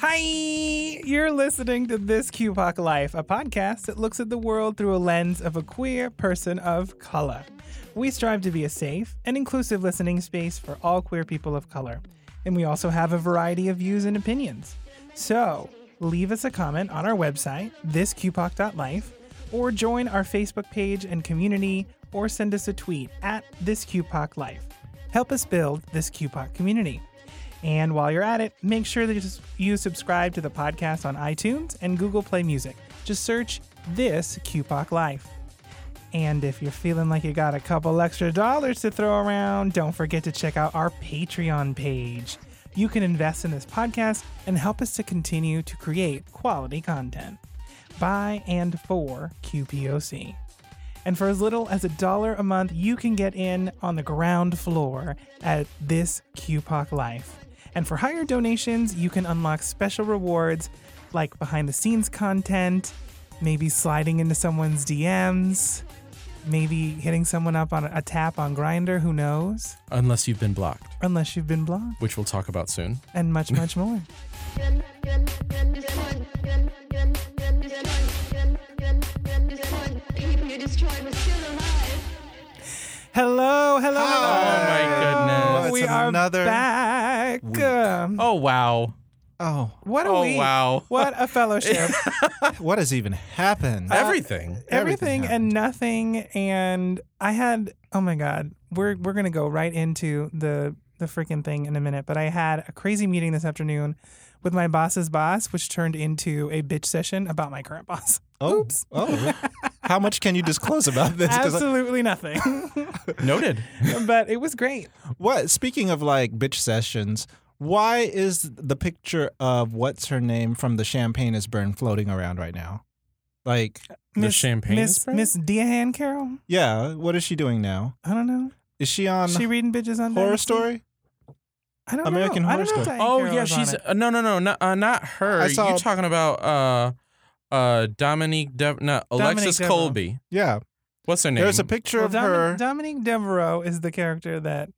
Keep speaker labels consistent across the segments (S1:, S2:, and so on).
S1: Hi! You're listening to This Cupac Life, a podcast that looks at the world through a lens of a queer person of color. We strive to be a safe and inclusive listening space for all queer people of color, and we also have a variety of views and opinions. So, leave us a comment on our website, thiscupac.life, or join our Facebook page and community, or send us a tweet at thiscupaclife. Help us build this Cupac community. And while you're at it, make sure that you s- you subscribe to the podcast on iTunes and Google Play Music. Just search this QPOC Life. And if you're feeling like you got a couple extra dollars to throw around, don't forget to check out our Patreon page. You can invest in this podcast and help us to continue to create quality content by and for QPOC. And for as little as a dollar a month, you can get in on the ground floor at this QPOC Life. And for higher donations, you can unlock special rewards like behind the scenes content, maybe sliding into someone's DMs, maybe hitting someone up on a, a tap on Grinder, who knows?
S2: Unless you've been blocked,
S1: Unless you've been blocked,
S2: which we'll talk about soon.
S1: and much, much more.
S3: People you destroyed were still alive.
S1: Hello, hello, hello.
S2: Oh my
S1: hello.
S2: goodness.
S1: We
S4: It's
S1: are
S4: another
S1: back. Um,
S2: Oh wow.
S4: Oh,
S1: What a
S2: Oh,
S1: week.
S2: wow.
S1: What a fellowship.
S4: what has even happened?
S2: Everything.
S1: everything,
S4: Everything
S1: and nothing and i had oh my god we're we're gonna go right into the the freaking thing in a minute but i had a crazy meeting this afternoon with my boss's boss which turned into a bitch session about my current boss
S4: oh,
S1: oops.
S4: oh. How much can you disclose about this? 'Cause, like,
S1: absolutely nothing
S2: Noted.
S1: but it was great
S4: what? Speaking of like bitch sessions, why is the picture of what's her name from the Champagne is Burned floating around right now? Like,
S1: Uh,
S2: The champagne is
S1: miss
S2: spread?
S1: miss Deahan carol
S4: yeah, what is she doing now?
S1: i don't know
S4: Is she on
S1: she reading bitches on
S4: Horror
S1: Dynasty?
S4: story?
S1: i don't
S4: American
S1: know. I
S4: Horror
S1: don't know if
S4: Story.
S1: Diane
S2: Oh
S1: Carroll
S2: yeah,
S1: is on
S2: she's
S1: it.
S2: uh, no no no not uh, not her.
S4: I saw-
S2: You're talking about uh uh Dominique De- no, Alexis
S1: Devereaux.
S2: Colby.
S4: Yeah.
S2: What's her name?
S4: There's a picture
S1: Well,
S4: of
S1: Domin-
S4: her.
S1: dominique devereaux is the character that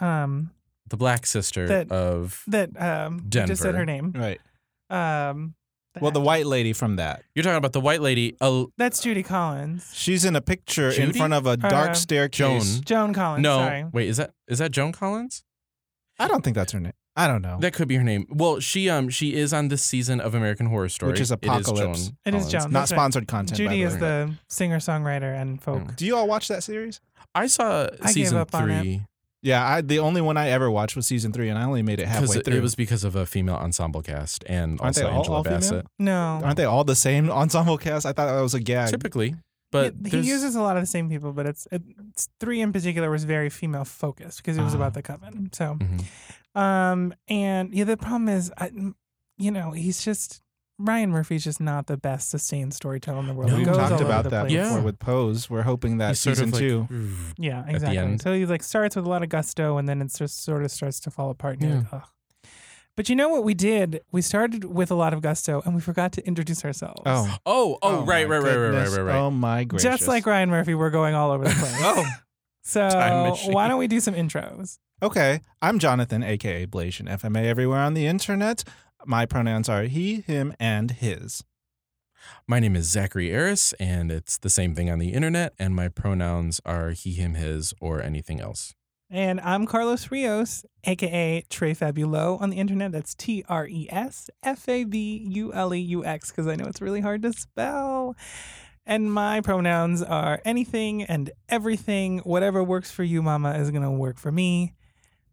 S1: um
S2: the black sister
S1: That-
S2: of
S1: that um I just said
S2: Denver.
S1: her name.
S4: right.
S1: Um
S4: Well, the white lady from that.
S2: You're talking about the white lady Al-
S1: that's Judy Collins.
S4: She's in a picture in
S2: Judy?
S4: front of a dark
S1: Uh,
S4: staircase.
S2: Joan.
S1: Joan Collins,
S2: No.
S1: sorry.
S2: Wait, is that is that Joan Collins?
S4: I don't think that's her name. I don't know.
S2: That could be her name. Well, she um she is on this season of American Horror Story.
S4: Which is Apocalypse.
S1: It is
S2: Collins.
S1: Joan.
S4: Not
S1: that's right.
S4: sponsored content. by
S1: Judy
S4: the
S1: is
S4: way. Oh.
S1: the singer, songwriter, and folk.
S2: Mm.
S4: Do you all watch that series?
S2: I saw
S1: gave
S2: season
S1: up on it.
S2: three
S4: Yeah, I, the only one I ever watched was season three, and I only made it
S2: because
S4: halfway
S2: it,
S4: through.
S2: was because of a female ensemble cast and
S4: Aren't they
S2: also
S4: all-
S2: Angela
S4: all female?
S2: Bassett.
S1: No.
S4: Aren't they all the same ensemble cast? I thought that was a gag.
S2: Typically, but
S1: He- he
S2: there's-
S1: uses a lot of the same people, but it's, it's three in particular was very female focused because it was
S4: Ah. Mm-hmm.
S1: about the coven. So,
S2: Mhm.
S1: um, and yeah, the problem is, I, you know, he's just Ryan Murphy's just not the best sustained storyteller in the world.
S2: No.
S1: He
S4: we
S1: goes all
S4: talked
S1: over
S4: about
S1: the
S4: that
S1: place.
S2: Yeah.
S4: before with Pose. We're hoping that
S2: he's sort
S4: season
S2: of like,
S4: two.
S2: "Mm."
S1: Yeah,
S2: the
S1: exactly.
S2: end.
S1: So he like starts with a lot of gusto, and then it just sort of starts to fall apart. And you're
S2: Yeah.
S1: like, Ugh. But you know what we did? We started with a lot of gusto, and we forgot to introduce ourselves.
S4: Oh,
S2: Oh, oh, right,
S4: my
S2: right, right, right, right,
S4: goodness.
S2: right, right.
S4: Oh my gracious!
S1: just like Ryan Murphy, we're going all over the place.
S4: oh,
S1: so
S2: time machine.
S1: why don't we do some intros?
S4: okay. I'm Jonathan, aka Blasian FMA, everywhere on the internet. My pronouns are he, him, and his.
S2: My name is Zachary Aris, and it's the same thing on the internet. And my pronouns are he, him, his, or anything else.
S1: And I'm Carlos Rios, aka Trey Fabulo on the internet. That's T R E S F A B U L E U X, because I know it's really hard to spell. And my pronouns are anything and everything. Whatever works for you, mama, is going to work for me.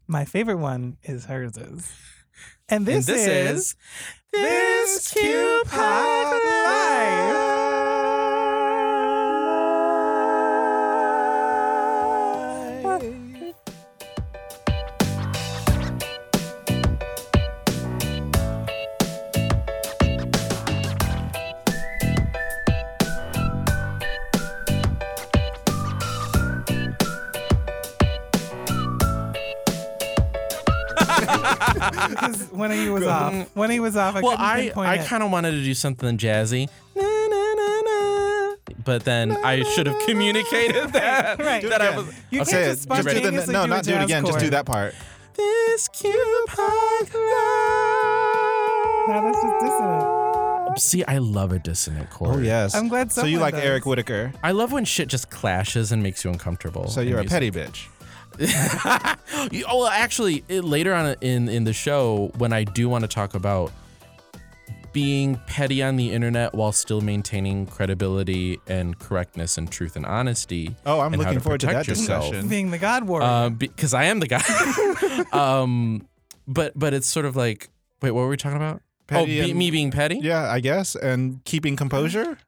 S1: My favorite one is hers. is. And this,
S2: and this
S1: is,
S2: is
S1: This Cupid Life. Because when he was off, when he was off, I
S2: Well,
S1: couldn't
S2: I
S1: pinpoint
S2: I
S1: it.
S2: kind of wanted to do something jazzy, Na, na, na, na. but then I should have communicated that
S1: right.
S2: that I
S4: again.
S2: was.
S1: You
S2: I'll
S1: can't
S2: say it.
S1: just
S2: Do it.
S4: Just do the,
S1: spontaneously
S4: no,
S1: do a
S4: not do it
S1: jazz
S4: again. Just
S1: chord.
S4: do that part.
S2: This Cupid Life.
S1: No, that's just dissonant.
S2: See, I love a dissonant chord.
S4: Oh yes.
S1: I'm glad
S4: So you
S1: someone
S4: like
S1: does.
S4: Eric Whitaker.
S2: I love when shit just clashes and makes you uncomfortable.
S4: So
S2: in
S4: you're a
S2: music. Oh,
S4: petty bitch.
S2: You- oh, well, actually, it, later on in in the show, when I do want to talk about being petty on the internet while still maintaining credibility and correctness and truth and honesty.
S4: Oh, I'm
S2: and how
S4: looking forward to
S2: protect
S4: that discussion.
S1: Being the God Warrior.
S2: Uh, because I am the guy. um, but but it's sort of like, wait, what were we talking about?
S4: Petty
S2: oh, be,
S4: and-
S2: me being petty.
S4: Yeah, I guess. And keeping composure.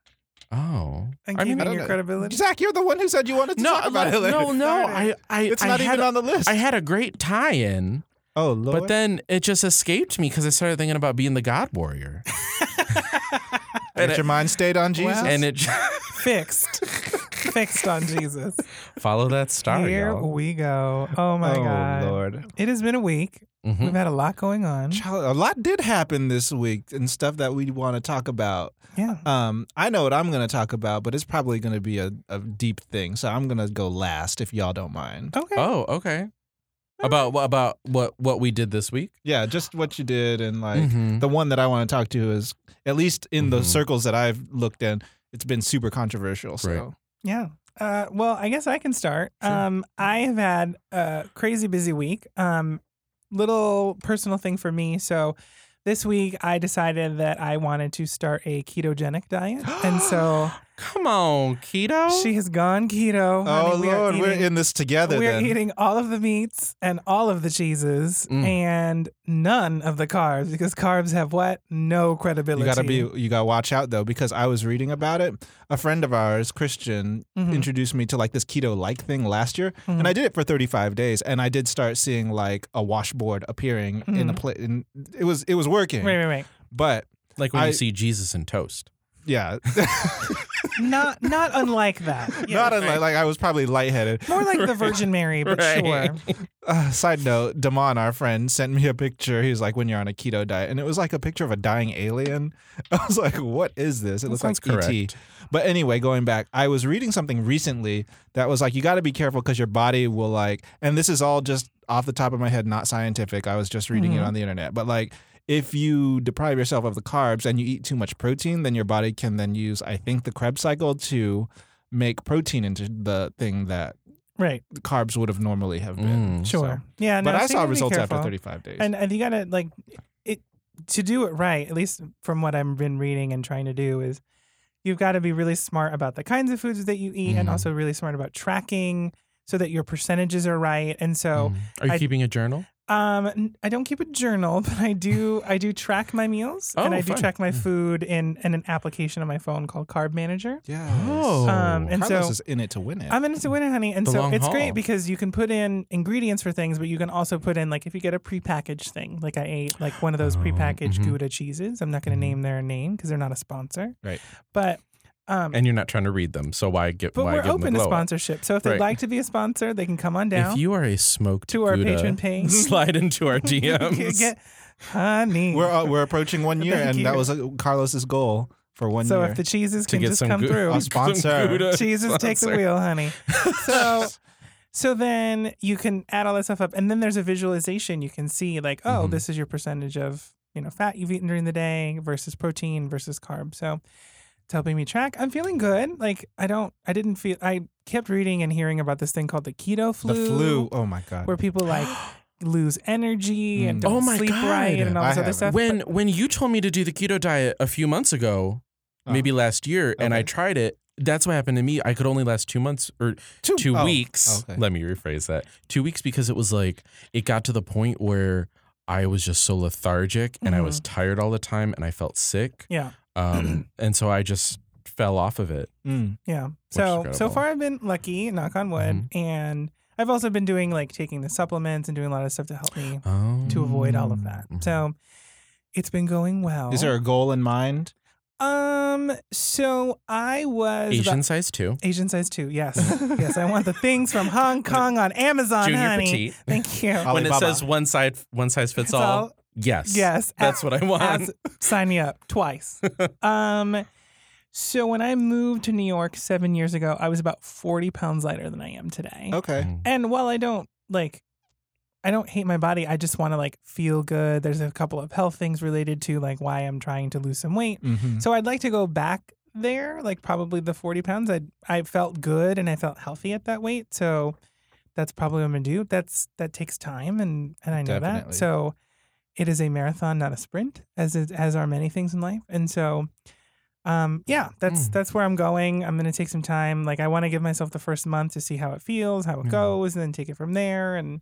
S2: Oh,
S1: and
S2: I mean,
S1: keeping
S4: I don't
S1: your
S4: know.
S1: credibility.
S4: Zach, you're the one who said you wanted to
S2: no,
S4: talk about
S2: no,
S4: it.
S2: no, no. I, I,
S4: It's
S2: I
S4: not
S2: had
S4: even on the list.
S2: I had a great tie-in,
S4: oh Lord.
S2: but then it just escaped me because I started thinking about being the God Warrior,
S4: Get your mind stayed on Jesus.
S1: Well-
S2: and it
S1: Fixed. Fixed on Jesus.
S2: follow that star,
S1: Here
S2: y'all.
S1: we go. Oh my
S4: oh
S1: God.
S4: Lord. Hmm?
S1: It has been a week.
S2: Mhm.
S1: We've had a lot going on.
S2: Mm-hmm.
S4: Child, a lot did happen this week and stuff that we want to talk about.
S1: Yeah.
S4: Um, I know what I'm going to talk about, but it's probably going to be a, a deep thing. So I'm going to go last if y'all don't mind.
S1: Okay.
S2: Oh, okay. About wha- about what what we did this week.
S4: Yeah, just what you did and like
S2: Mhm.
S4: the one that I want to talk to is at least in the
S2: Mhm.
S4: circles that I've looked in, it's been super controversial. So
S2: Right.
S1: Yeah. Uh, well, I guess I can start.
S4: Sure.
S1: Um, I have had a crazy busy week. Um, little personal thing for me. So this week I decided that I wanted to start a ketogenic diet, and so
S2: Come on, keto.
S1: she has gone keto.
S4: Oh
S1: Honey, we are
S4: Lord, we're
S1: eating-
S4: in this together.
S1: We're
S4: then.
S1: eating all of the meats and all of the cheeses
S2: Mm.
S1: and none of the carbs because carbs have what? No
S4: you
S1: credibility.
S4: gotta be, you gotta watch out though, because I was reading about it. A friend of ours, Christian,
S1: Mhm.
S4: introduced me to like this keto like thing last year, and I did it for 35 days, and I did start seeing like a washboard appearing in a plate, and it was it was working.
S1: Wait, wait, wait.
S4: But
S2: like when
S4: I-
S2: you see Jesus in toast.
S4: yeah,
S1: Not not unlike that. Yeah.
S4: not unlike like I was probably lightheaded.
S1: More like the Virgin Mary, but
S2: Right.
S1: sure.
S4: Uh, side note, Damon, our friend, sent me a picture. He was like, "When you're on a keto diet," and it was like a picture of a dying alien. I was like, "What is this?" It looks like
S2: sounds correct.
S4: ET. But anyway, going back, I was reading something recently that was like, "You got to be careful because your body will like." And this is all just off the top of my head, not scientific. I was just reading it
S2: Mm-hmm.
S1: Mhm.
S4: on the internet, but like. If you deprive yourself of the carbs and you eat too much protein, then your body can then use, I think, the Krebs cycle to make protein into the thing that
S1: Right.
S4: carbs would have normally have been.
S2: Mm.
S4: So-
S1: Sure. Yeah.
S4: but
S1: no, so
S4: I
S1: you
S4: saw
S1: gotta be
S4: results after
S1: careful.
S4: 35 days.
S1: And, and you gotta like it to do it right. At least from what I've been reading and trying to do is, you've got to be really smart about the kinds of foods that you eat, and
S4: Mm-hmm.
S2: Mhm.
S1: also really smart about tracking so that your percentages are right. And so,
S2: Mm. Are you
S1: I-
S2: keeping a journal?
S1: um, n- I don't keep a journal, but I do. I do track my meals, and
S2: Oh,
S1: I do
S2: fun.
S1: track my
S2: Mm.
S1: food in, in an application on my phone called Carb Manager.
S4: yeah.
S2: Oh,
S1: Um, and
S4: Carlos
S1: so
S4: is in it to win it.
S1: I'm in it to win it, honey. And
S2: The
S1: so
S2: long
S1: it's great
S2: haul.
S1: because you can put in ingredients for things, but you can also put in like if you get a prepackaged thing, like I ate like one of those
S2: Oh, Mm-hmm.
S1: prepackaged
S2: mhm.
S1: Gouda cheeses. I'm not going to name their name because they're not a sponsor,
S4: Right.
S1: But um,
S2: and you're not trying to read them, so why get?
S1: but
S2: why
S1: we're
S2: give them
S1: open
S2: the
S1: to
S2: glow up?
S1: sponsorship. So if they'd
S2: Right.
S1: like to be a sponsor, they can come on down
S2: If you are a smoked
S1: to our
S2: Gouda,
S1: patron page.
S2: slide into our
S1: You
S2: DMs.
S1: get- honey.
S4: we're uh, we're approaching one year,
S1: Thank
S4: and that
S1: you.
S4: was uh, Carlos's goal for one
S1: so
S4: year.
S1: if the cheeses
S2: to
S1: can
S2: get
S1: just
S2: some
S1: come
S2: gou-
S1: through,
S4: I'll sponsor.
S2: Gouda
S1: Jesus, take the
S2: sponsor.
S1: wheel, honey. So, so then you can add all that stuff up, and then there's a visualization. You can see like, oh,
S2: Mhm.
S1: this is your percentage of you know fat you've eaten during the day versus protein versus carb. So it's helping me track. I'm feeling good. Like I don't, I didn't feel. I kept reading and hearing about this thing called the keto
S4: the
S1: flu.
S4: flu. Oh my God.
S1: where people like lose energy and
S4: Mm.
S1: don't
S2: Oh my
S1: sleep
S2: God.
S1: right and all
S4: I
S1: this other
S4: haven't.
S1: stuff.
S2: when when you told me to do the keto diet a few months ago,
S4: Uh,
S2: maybe last year, and I
S4: okay.
S2: tried it. That's what happened to me. I could only last two months or
S4: Two-
S2: two
S4: oh,
S2: weeks.
S4: okay.
S2: Let me rephrase that. Two weeks because it was like it got to the point where I was just so lethargic and I was tired all the time and I felt sick.
S1: Yeah.
S2: Um, and so I just fell off of it.
S4: Mm.
S1: Yeah.
S2: is
S1: So so
S2: incredible. Mm-hmm.
S1: far I've been lucky, knock on wood, and I've also been doing like taking the supplements and doing a lot of stuff to help me
S2: Oh.
S1: to avoid all of that.
S2: Mhm.
S1: So it's been going well.
S4: Is there a goal in mind?
S1: um so I was about-
S2: Asian size two.
S1: Asian size two, yes. yes, I want the things from Hong Kong on Amazon,
S2: Junior
S1: honey.
S2: petite.
S1: Thank you.
S4: I'll-
S2: When it
S4: Alibaba.
S2: says one side one size fits
S1: It's
S2: all,
S1: all-
S2: yes.
S1: Yes.
S2: That's what I want.
S1: as sign me up twice. um, so when I moved to New York seven years ago, I was about forty pounds lighter than I am today.
S4: Okay.
S2: Mm.
S1: And while I don't like I don't hate my body. I just want to like feel good. There's a couple of health things related to like why I'm trying to lose some weight.
S4: Mhm.
S1: So I'd like to go back there, like probably the 40 pounds. I I felt good and I felt healthy at that weight. So that's probably what I'm gonna do. That's that takes time and and I know
S4: Definitely.
S1: that. So it is a marathon, not a sprint, as it, as are many things in life. And so um yeah, that's
S2: Mm.
S1: that's where I'm going. I'm gonna take some time. Like I wanna give myself the first month to see how it feels, how it
S2: Yeah.
S1: goes, and then take it from there and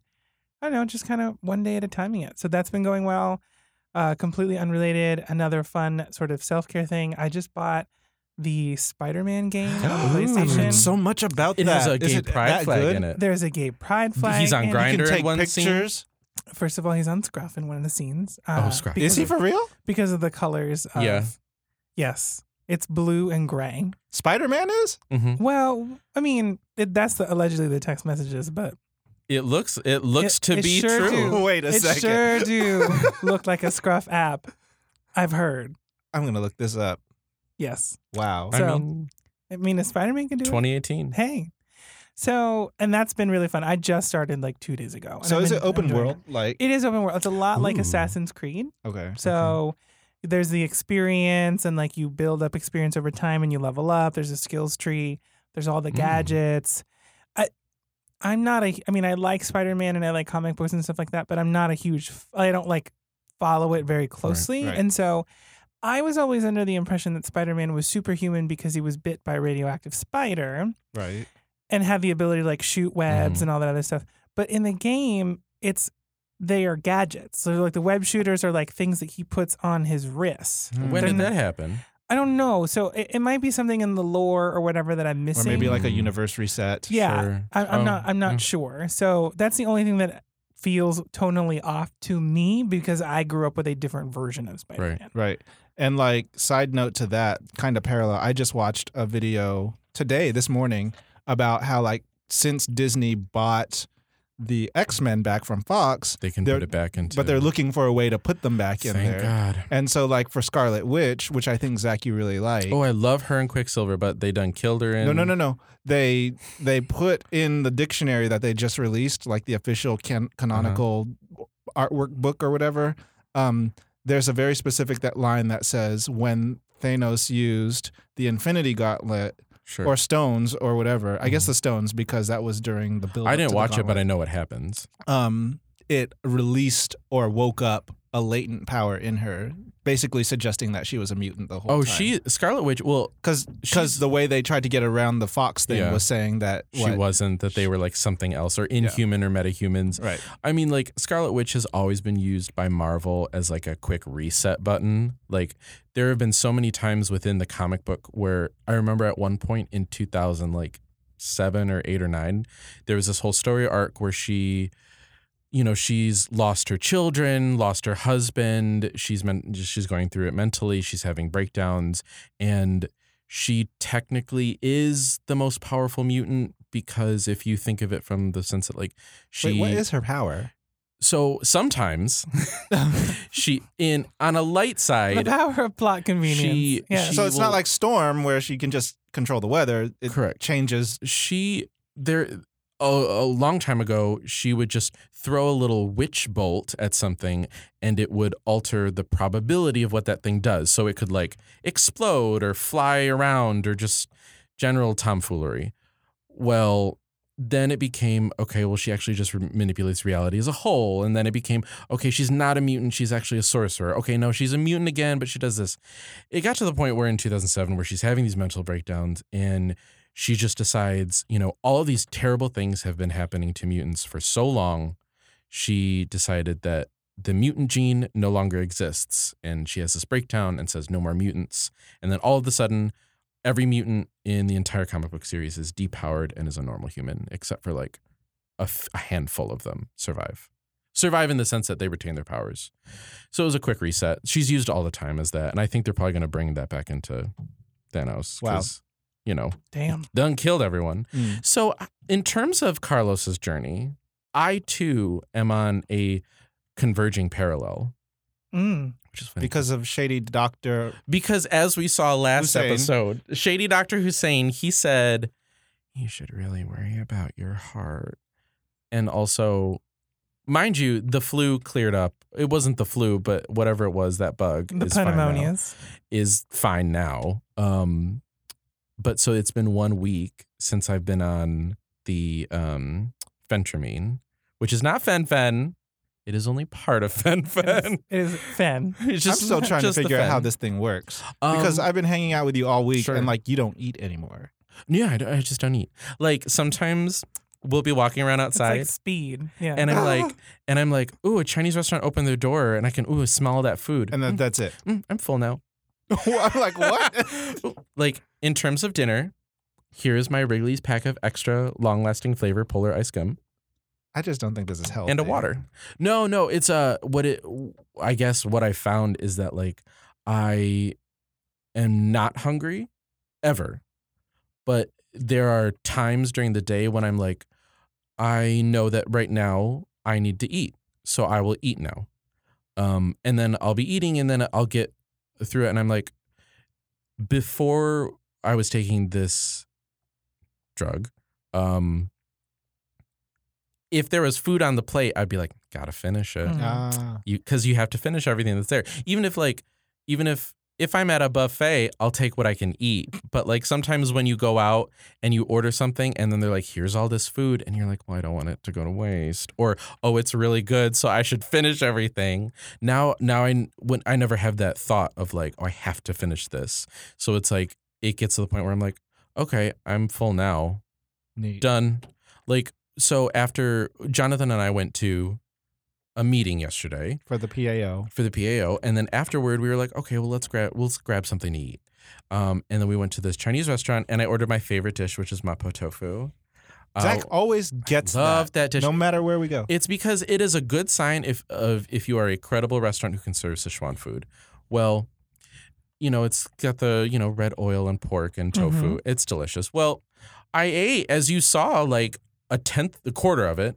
S1: I don't know, just kind of one day at a timing it. So that's been going well. Uh, completely unrelated, another fun sort of self care thing. I just bought the Spider Man game on
S4: I've
S1: PlayStation.
S4: heard so much about
S2: It
S4: that.
S2: has a
S4: Is
S2: gay
S4: it
S2: pride
S4: that
S2: flag
S4: good?
S2: in it.
S1: There's a gay pride flag.
S2: He's on
S1: and-
S4: You
S2: grind.
S4: can
S2: Grinder in
S4: take
S2: one scene?
S4: pictures.
S1: First of all, he's on Scruff in one of the scenes. uh,
S2: Oh, Scruff.
S1: Because,
S4: Is he for real?
S1: because of the colors. Of,
S2: Yeah.
S1: Yes. It's blue and gray.
S4: Spider Man is?
S2: Mhm.
S1: Well, I mean, it, that's the, allegedly the text messages, but
S2: It looks it looks
S1: It-
S2: to
S1: it
S2: be
S1: sure
S2: true.
S1: do.
S4: Wait a
S1: it
S4: second.
S1: sure do look like a Scruff app. I've heard.
S4: I'm gonna look this up.
S1: Yes.
S4: Wow.
S2: I
S1: So-
S2: mean,
S1: I mean, if Spider Man can do it,
S2: 2018.
S1: Hey. So, and that's been really fun. I just started like two days ago. and
S4: So
S1: I've
S4: is
S1: been
S4: it open
S1: enjoying
S4: world? Like
S1: It. it is open world. It's a lot like
S2: Ooh.
S1: Assassin's Creed.
S4: okay.
S1: So there's the experience, and like you build up experience over time and you level up. There's a skills tree, there's all the
S2: Mm.
S1: gadgets. I, I'm not a, I mean, I like Spider Man and I like comic books and stuff like that, but I'm not a huge, f- I don't like follow it very closely.
S4: right.
S1: And so I was always under the impression that Spider Man was superhuman because he was bit by a radioactive spider
S4: right.
S1: and have the ability to like shoot webs
S2: Mhm.
S1: and all that other stuff. But in the game, it's they are gadgets. So like the web shooters are like things that he puts on his wrists.
S2: When
S1: They're
S2: did
S1: not-
S2: that happen?
S1: I don't know. So it, it might be something in the lore or whatever that I'm
S4: or
S1: missing.
S4: maybe like a
S2: Mm.
S4: universe reset.
S1: yeah,
S2: Sure.
S1: I, I'm
S2: Oh,
S1: not. I'm not
S2: yeah.
S1: sure. So that's the only thing that feels tonally off to me because I grew up with a different version of Spider-Man.
S4: Right. And like side note to that, kind of parallel, I just watched a video today, this morning, about how like since Disney bought the X Men back from Fox,
S2: They can
S4: They're-
S2: put it back into.
S4: but they're looking for a way to put them back in
S2: Thank
S4: there.
S2: God.
S4: And so like for Scarlet Witch, which I think Zach you really like.
S2: Oh, I love her and Quicksilver, but they done killed her in.
S4: No, no, no, no. They they put in the dictionary that they just released, like the official
S2: Uh-huh.
S4: can- canonical artwork book or whatever. Um, there's a very specific that line that says when Thanos used the Infinity Gauntlet
S2: Sure.
S4: or stones or whatever. I guess
S2: Mhm.
S4: the stones because that was during the build.
S2: I didn't watch it, but I know what happens.
S4: um, it released or woke up a latent power in her, basically suggesting that she was a mutant the whole
S2: Oh,
S4: time.
S2: she Scarlet Witch. Well,
S4: because
S2: she's-
S4: the way they tried to get around the Fox thing
S2: Yeah.
S4: was saying that
S2: she
S4: what?
S2: wasn't. That they were like something else or inhuman or metahumans.
S4: Right.
S2: I mean, like Scarlet Witch has always been used by Marvel as like a quick reset button. Like there have been so many times within the comic book where I remember at one point in 2000, like seven or eight or nine, there was this whole story arc where she, you know, she's lost her children, lost her husband. She's men- she's going through it mentally. She's having breakdowns, and she technically is the most powerful mutant because if you think of it from the sense that like she
S4: Wait, what is her power?
S2: so sometimes she in on a light
S1: The
S2: side
S1: power of plot convenience.
S2: She-
S1: yes.
S2: she-
S4: so it's
S2: will-
S4: not like Storm where she can just control the weather. It
S2: Correct.
S4: changes.
S2: she there a, a long time ago she would just throw a little witch bolt at something and it would alter the probability of what that thing does so it could like explode or fly around or just general tomfoolery well then it became okay well she actually just re- manipulates reality as a whole and then it became okay she's not a mutant she's actually a sorcerer okay no she's a mutant again but she does this it got to the point where in 2007 where she's having these mental breakdowns and she just decides, you know, all of these terrible things have been happening to mutants for so long. She decided that the mutant gene no longer exists. And she has this breakdown and says, no more mutants. And then all of a sudden, every mutant in the entire comic book series is depowered and is a normal human, except for like a, f- a handful of them survive. Survive in the sense that they retain their powers. So it was a quick reset. She's used all the time as that. And I think they're probably going to bring that back into Thanos.
S4: Wow.
S2: 'cause, You know,
S1: Damn.
S2: done killed everyone. So, uh, in terms of Carlos's journey, I too am on a converging parallel,
S1: Mm.
S2: which is funny.
S4: Because of Shady Doctor.
S2: Because as we saw last
S4: Hussein.
S2: episode, Shady Dr. Hussein, he said, You should really worry about your heart. And also, mind you, the flu cleared up. It wasn't the flu, but whatever it was, that bug
S1: The
S2: is fine now-
S1: pneumonias.
S2: is fine now. Um, but so it's been one week since I've been on the um fentramine, which is not fen. It is only part of
S1: It is,
S2: fen.
S1: it is fen.
S2: It's just
S4: I'm still trying to
S2: just the
S4: figure out how
S2: fen.
S4: this thing works because
S2: Um,
S4: I've been hanging out with you all week
S2: Sure.
S4: and like you don't eat anymore.
S2: yeah, I, don't- I just don't eat. Like sometimes we'll be walking around
S1: It's
S2: outside.
S1: like speed. Yeah.
S2: and I'm like, and I'm like, ooh, a Chinese restaurant opened their door, and I can ooh smell that food.
S4: And then that's it.
S2: Mm, I'm full now.
S4: I'm like, what?
S2: like in terms of dinner, here is my Wrigley's pack of extra long-lasting flavor polar ice gum
S4: I just don't think this is healthy.
S2: and a water. No, no, it's a what it. I guess what I found is that like I am not hungry ever, but there are times during the day when I'm like, I know that right now I need to eat, so I will eat now. Um, and then I'll be eating, and then I'll get through it, and I'm like, before I was taking this drug, um, if there was food on the plate, I'd be like, gotta finish it
S1: Mm.
S4: Ah.
S2: you because you have to finish everything that's there even if like even if if i'm at a buffet i'll take what i can eat but like sometimes when you go out and you order something and then they're like here's all this food and you're like well i don't want it to go to waste or oh it's really good so i should finish everything now now i when i never have that thought of like oh i have to finish this so it's like it gets to the point where i'm like okay i'm full now
S4: Neat.
S2: done. Like so after Jonathan and I went to a meeting yesterday
S4: For the PAO.
S2: for the PAO and then afterward we were like, okay, well let's grab we'll grab something to eat. Um, and then we went to this Chinese restaurant and I ordered my favorite dish which is mapo tofu. Uh,
S4: Zach always gets
S2: love that,
S4: that.
S2: dish.
S4: No matter where we go.
S2: It's because it is a good sign if of if you are a credible restaurant who can serve Sichuan food. Well, you know, it's got the, you know, red oil and pork and tofu. It's delicious. Well, I ate, as you saw, like a tenth, a quarter of it.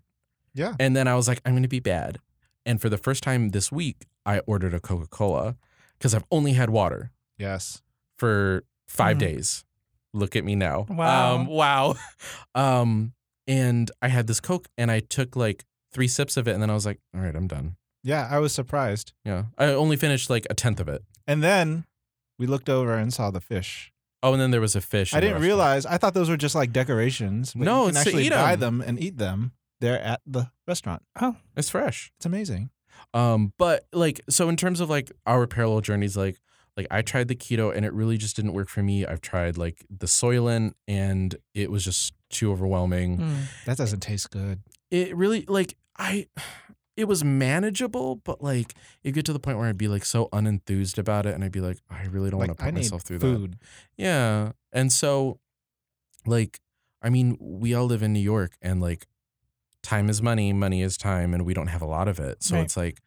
S4: Yeah.
S2: And then I was like, I'm gonna be bad. And for the first time this week, I ordered a Coca-Cola because I've only had water
S4: Yes.
S2: for five
S4: Mm.
S1: Mhm.
S2: days. Look at me now.
S1: Wow.
S2: Um, wow. Um, and I had this Coke and I took like three sips of it and then I was like, all right, I'm done.
S4: Yeah, I was surprised.
S2: Yeah. I only finished like a tenth of it.
S4: And then we looked over and saw the fish.
S2: Oh, and then there was a fish.
S4: I
S2: in the
S4: didn't
S2: restaurant.
S4: realize. I thought those were just like decorations. But
S2: No,
S4: you
S2: it's
S4: can
S2: to
S4: actually
S2: eat 'em.
S4: buy them and eat them. They're at the restaurant.
S2: it's fresh.
S4: It's amazing.
S2: Um, but like, so in terms of like our parallel journeys, like, like I tried the keto and it really just didn't work for me. I've tried like the soylent and it was just too overwhelming.
S1: Mm.
S4: That doesn't taste good.
S2: it really like I it was manageable, but like it get to the point where I'd be like so unenthused about it and I'd be like, I really don't
S4: Like
S2: want to
S4: I
S2: put
S4: need
S2: myself through that.
S4: food.
S2: Yeah. And so like I mean, we all live in New York and like time is money, money is time, and we don't have a lot of it. So
S1: Right.
S2: it's like,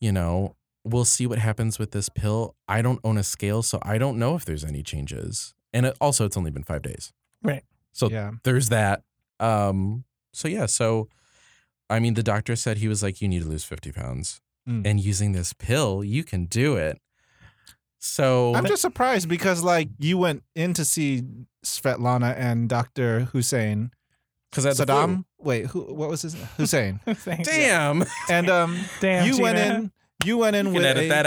S2: you know, we'll see what happens with this pill. I don't own a scale, so I don't know if there's any changes. And it, also it's only been five days.
S1: Right.
S2: So
S4: yeah.
S2: there's that. Um, so yeah, so I mean, the doctor said he was like, you need to lose 50 pounds,
S4: Mm.
S2: and using this pill, you can do it. So
S4: I'm just surprised because like you went in to see Svetlana and Dr. Hussein
S2: because
S4: Saddam. Wait, who? What was his Hussein?
S1: Thank you.
S2: Damn, you
S4: and um,
S1: Damn.
S4: you went
S1: Gina.
S4: in. You went in
S2: can
S4: with
S2: edit
S4: a,
S2: that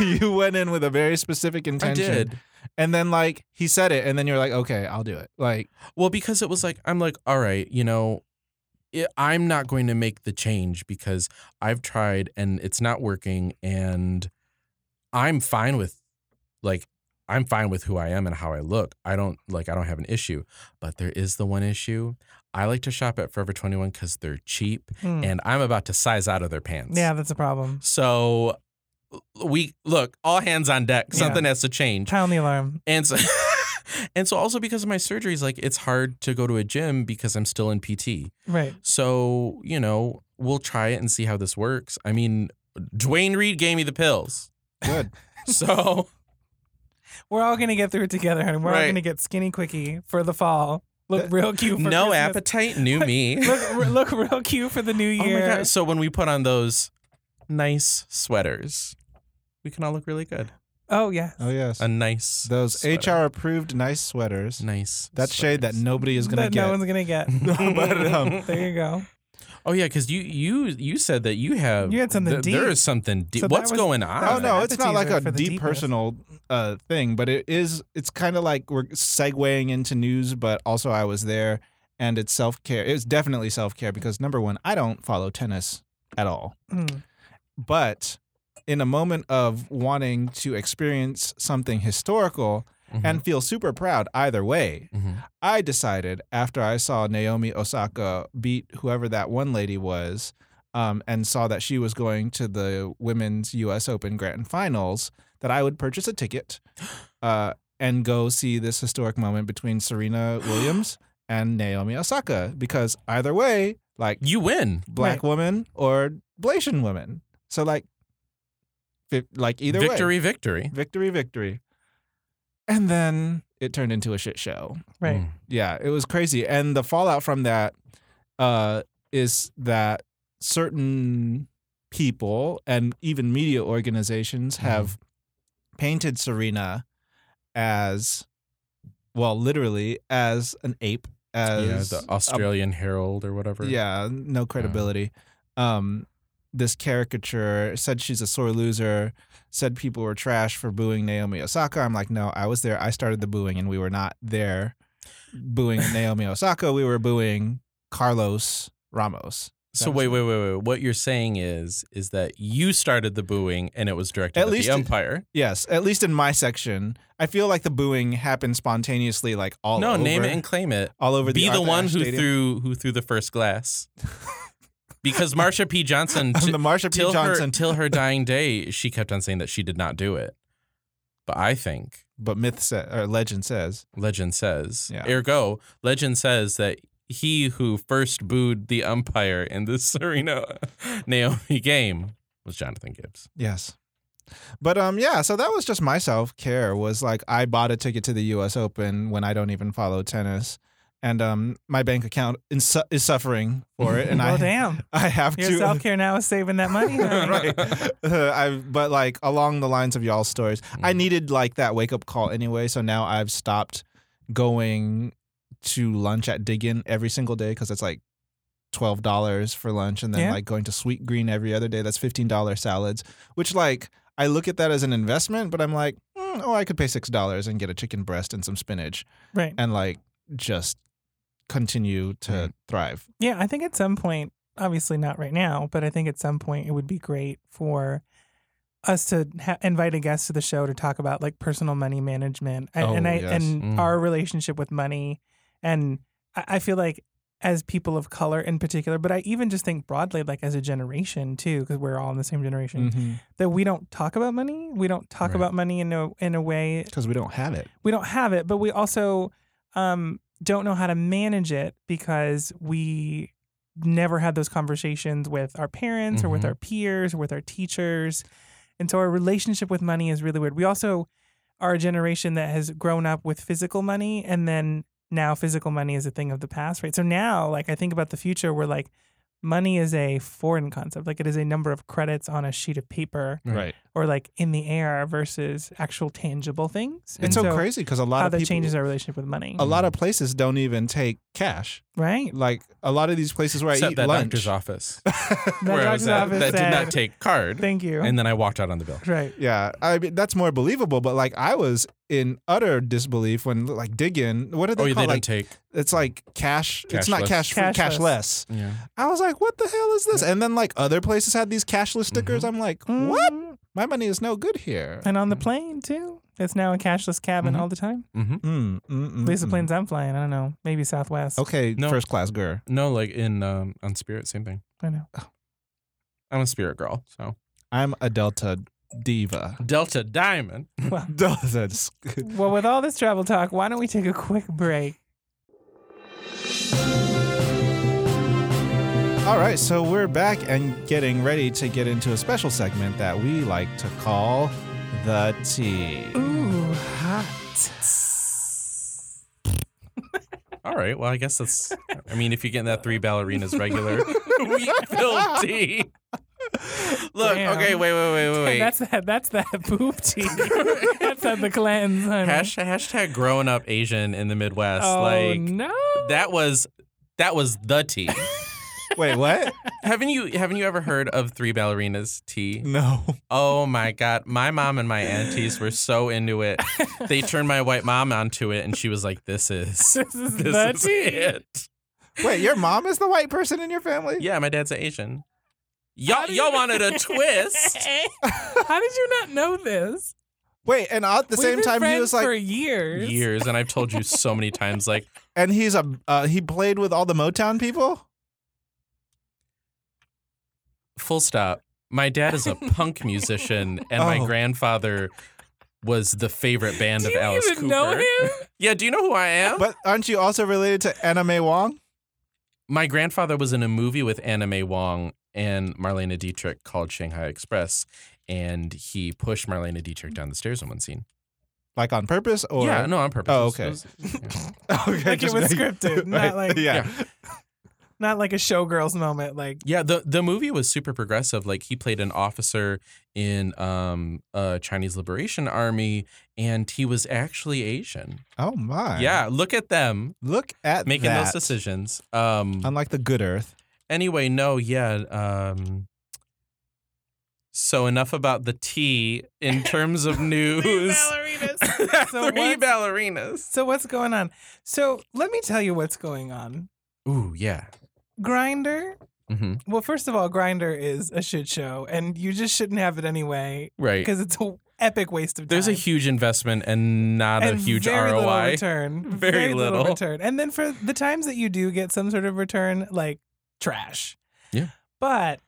S4: you went in with a very specific
S2: I
S4: intention.
S2: did.
S4: And then like he said it, and then you're like, okay, I'll do it. Like
S2: Well, because it was like, I'm like, all right, you know, it, I'm not going to make the change because I've tried and it's not working, and I'm fine with, like, I'm fine with who I am and how I look. I don't like, I don't have an issue, but there is the one issue. I like to shop at Forever 21 because they're cheap,
S1: Mm.
S2: and I'm about to size out of their pants.
S1: Yeah, that's a problem.
S2: So we look, all hands on deck.
S1: Yeah.
S2: Something has to change.
S1: Pound the alarm.
S2: And so, and so also because of my surgeries, like it's hard to go to a gym because I'm still in PT.
S1: Right.
S2: So, you know, we'll try it and see how this works. I mean, Dwayne Reed gave me the pills.
S4: good.
S2: So
S1: We're all gonna get through it together, honey. We're all
S2: Right.
S1: gonna get skinny quickie for the fall. Look
S4: Th-
S1: real cute. For
S2: no
S1: Christmas.
S2: appetite, new me.
S1: Look, look real cute for the new
S2: oh my
S1: year.
S2: god. So when we put on those nice sweaters, we can all look really good.
S1: Oh yeah.
S4: Oh yes,
S2: A nice
S4: those
S2: sweater.
S4: HR approved nice sweaters.
S2: nice
S4: That shade that
S2: sweaters.
S4: nobody is gonna
S1: that
S4: get.
S1: no one's gonna get.
S4: No, but, um,
S1: There you go.
S2: Oh yeah, because you you you said that you have
S1: You had something
S2: th- There
S1: deep.
S2: is something deep.
S1: So that
S2: What's
S1: was-
S2: going
S1: that
S4: Oh
S1: was
S2: on?
S1: an
S4: no, it's not like
S1: appetizer
S4: a
S1: for the deep list.
S4: depersonal uh, thing, but it is. It's kind of like we're segueing into news, but also I was there, and it's self care. It's definitely self care because number one, I don't follow tennis at all,
S1: Mm.
S4: but in a moment of wanting to experience something historical
S2: Mm-hmm.
S4: and feel super proud either way,
S2: Mhm.
S4: I decided after I saw Naomi Osaka beat whoever that one lady was, um, and saw that she was going to the women's U.S. Open Grand Finals, that I would purchase a ticket uh, and go see this historic moment between Serena Williams and Naomi Osaka. Because either way, like
S2: you win.
S4: black woman or Blasian woman, so like, fi- like either way,
S2: victory, victory.
S4: victory, victory. And then it turned into a shit show
S1: Right.
S2: Mm.
S4: yeah, it was crazy. And the fallout from that uh, is that certain people and even media organizations
S2: Mm-hmm.
S4: have painted Serena as, well, literally as an ape,
S2: Yeah,
S4: as
S2: the
S4: a-
S2: Australian Herald or whatever.
S4: yeah, no credibility. Um, this caricature said she's a sore loser. Said people were trash for booing Naomi Osaka. I'm like, no, I was there. I started the booing, and we were not there booing Naomi Osaka. We were booing Carlos Ramos.
S2: So wait, wait, wait, wait. What you're saying is is that you started the booing and it was directed
S4: At
S2: at,
S4: least-
S2: the umpire.
S4: Yes, at least in my section, I feel like the booing happened spontaneously, like all
S2: no,
S4: over,
S2: name it and claim it.
S4: all over.
S2: Be
S4: the,
S2: the
S4: Arthur
S2: one
S4: Ashe
S2: who
S4: Stadium.
S2: threw who threw the first glass. Because Marsha P. Johnson
S4: I'm
S2: t-
S4: the Marsha P.
S2: till her
S4: Johnson,
S2: till her dying day, she kept on saying that she did not do it. But I think
S4: but myth says or legend says
S2: legend says,
S4: Yeah.
S2: ergo, legend says that he who first booed the umpire in the Serena Naomi game was Jonathan Gibbs.
S4: Yes. But um yeah, so that was just my self care was like I bought a ticket to the US Open when I don't even follow tennis and um my bank account is, su- is suffering for it and
S1: well,
S4: I
S1: damn.
S4: I have
S1: Your
S4: to
S1: self care now is saving that money. honey.
S4: right. Uh, I but like along the lines of y'all's stories,
S1: Mm.
S4: I
S2: Mhm.
S4: needed like that wake up call anyway, so now I've stopped going to lunch at Diggin every single day cuz it's like $12 for lunch and then
S1: Yeah.
S4: like going to Sweet Green every other day that's $15 salads, which like I look at that as an investment, but I'm like, mm, oh, I could pay $6 and get a chicken breast and some spinach
S1: Right.
S4: and like just continue to
S2: Right.
S4: thrive.
S1: Yeah, I think at some point, obviously not right now, but I think at some point it would be great for us to ha- invite a guest to the show to talk about like personal money management and, and
S4: Oh,
S1: I
S4: yes.
S1: and
S2: Mm.
S1: our relationship with money. And I, I feel like as people of color in particular, but I even just think broadly, like as a generation too, because we're all in the same generation,
S4: Mm.
S1: that we don't talk about money. We don't talk
S2: Right.
S1: about money in a in a way
S4: Cuz we don't have it.
S1: we don't have it, but we also um, don't know how to manage it because we never had those conversations with our parents or
S4: Mm-hmm.
S1: with
S2: Mhm.
S1: our peers or with our teachers. And so our relationship with money is really weird. We also are a generation that has grown up with physical money and then now physical money is a thing of the past, right? So now, like, I think about the future where, like, money is a foreign concept. Like, it is a number of credits on a sheet of paper
S2: Right.
S1: or, like, in the air versus actual tangible things. And
S4: It's so, crazy because a lot
S1: how
S4: of
S1: that
S4: people,
S1: changes our relationship with money.
S4: a
S2: Mm.
S4: lot of places don't even take cash.
S1: right?
S4: Like a lot of these places where I
S2: Except
S4: eat
S2: that
S4: lunch.
S2: doctor's office.
S1: That
S2: where I
S1: doctor's
S2: was at,
S1: office
S2: that did
S1: said,
S2: not take card.
S1: Thank you.
S2: and then I walked out on the bill.
S1: right.
S4: Yeah, I mean that's more believable. But like I was in utter disbelief when like digging. What do they
S2: Oh, yeah,
S4: call
S2: they
S4: it?
S2: don't
S4: like?
S2: take.
S4: It's like cash. It's not
S2: Cashless.
S4: cash free,
S1: Cashless.
S4: cashless.
S2: Yeah.
S4: I was like, what the hell is this? And then like other places had these
S2: Mm-hmm.
S4: cashless stickers. I'm like, what?
S1: Mm.
S4: My money is no good here.
S1: And on the plane too. It's now a cashless cabin all the time.
S2: Mm-hmm.
S4: Mm, mm, mm,
S1: At least the
S4: mm.
S1: planes I'm flying. I don't know. Maybe Southwest.
S4: Okay,
S2: No.
S4: first class girl.
S2: No, like in um, on Spirit, same thing.
S1: I know.
S2: I'm a Spirit girl, so
S4: I'm a Delta diva.
S2: Delta Diamond.
S1: Well,
S4: Delta.
S1: well, with all this travel talk, why don't we take a quick break?
S4: All right, so we're back and getting ready to get into a special segment that we like to call the tea.
S1: Ooh, hot.
S2: All right, well, I guess that's. I mean, if you're getting that three ballerinas regular wheat filled tea. Look,
S1: Damn.
S2: okay, wait, wait, wait, wait, wait.
S1: That's that. That's that boob tea. that's that the cleanse. Honey.
S2: Hash, hashtag growing up Asian in the Midwest.
S1: oh
S2: like
S1: no.
S2: that was that was the tea.
S4: Wait, what?
S2: haven't you haven't you ever heard of Three Ballerinas Tea?
S4: No.
S2: Oh my god, my mom and my aunties were so into it. They turned my white mom onto it, and she was like, "This is
S1: This is
S2: this
S1: the
S2: is
S1: tea.
S2: it."
S4: Wait, your mom is the white person in your family?
S2: Yeah, my dad's an Asian. Y'all y'all wanted a twist.
S1: How did you not know this?
S4: Wait, and at the
S1: We've
S4: same
S1: been
S4: time he
S1: friends
S4: was like,
S1: for years.
S2: Years, and I've told you so many times, like
S4: and he's a uh, he played with all the Motown people.
S2: full stop. My dad is a punk musician, and my
S4: Oh.
S2: grandfather was the favorite band
S1: Do
S2: of
S1: you
S2: Alice
S1: even
S2: Cooper.
S1: know him?
S2: Yeah, do you know who I
S1: Oh.
S2: am?
S4: But aren't you also related to Anna Mae Wong?
S2: my grandfather was in a movie with Anna Mae Wong and Marlena Dietrich called Shanghai Express, and he pushed Marlena Dietrich down the stairs in one scene.
S4: Like on purpose or
S2: yeah, no, on purpose.
S4: Oh,
S2: It was-
S4: okay.
S2: it was- yeah.
S4: okay,
S1: Like it
S4: just
S1: was
S4: make-
S1: scripted, not like-
S4: yeah.
S1: Not like a showgirls moment. Like
S2: Yeah, the the movie was super progressive. Like he played an officer in um a Chinese Liberation Army, and he was actually Asian.
S4: Oh my.
S2: Yeah, look at them
S4: Look at
S2: making
S4: that.
S2: those decisions. Um,
S4: Unlike the good earth.
S2: anyway, no, yeah. Um, so enough about the tea in terms of
S1: Three
S2: news.
S1: ballerinas.
S2: Three
S1: So what's-
S2: ballerinas.
S1: so what's going on? So let me tell you what's going on.
S2: Ooh, yeah.
S1: Grinder.
S2: hmm
S1: Well, first of all, Grinder is a shit show, and you just shouldn't have it anyway
S2: Right.
S1: because it's an epic waste of time.
S2: There's a huge investment and not
S1: and
S2: a huge
S1: very Little
S2: ROI.
S1: return.
S2: Very little.
S1: return. And then for the times that you do get some sort of return, like trash.
S2: Yeah.
S1: But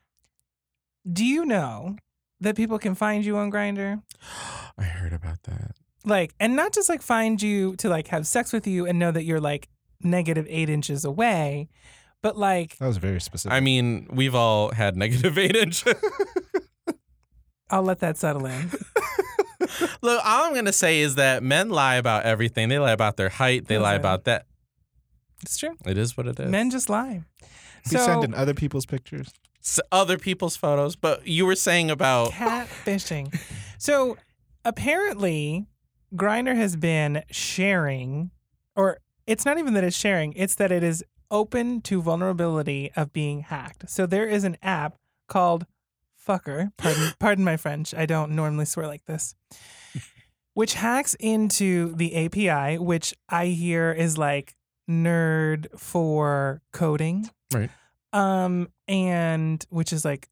S1: do you know that people can find you on Grinder?
S2: I heard about that.
S1: Like, and not just like find you to like have sex with you and know that you're like negative eight inches away, but like
S4: That was very specific.
S2: I mean, we've all had negative eight inch.
S1: I'll let that settle in.
S2: Look, all I'm gonna say is that men lie about everything. They lie about their height. They lie
S1: Listen.
S2: about that.
S1: It's true.
S2: It is what it is.
S1: Men just lie.
S4: Be
S1: so
S4: sending other people's pictures.
S2: S- other people's photos. But you were saying about
S1: catfishing. so apparently, Grinder has been sharing, or it's not even that it's sharing; it's that it is open to vulnerability of being hacked. So there is an app called Fucker. Pardon, pardon my French. I don't normally swear like this. Which hacks into the API, which I hear is like nerd for coding.
S2: Right.
S1: Um, and which is like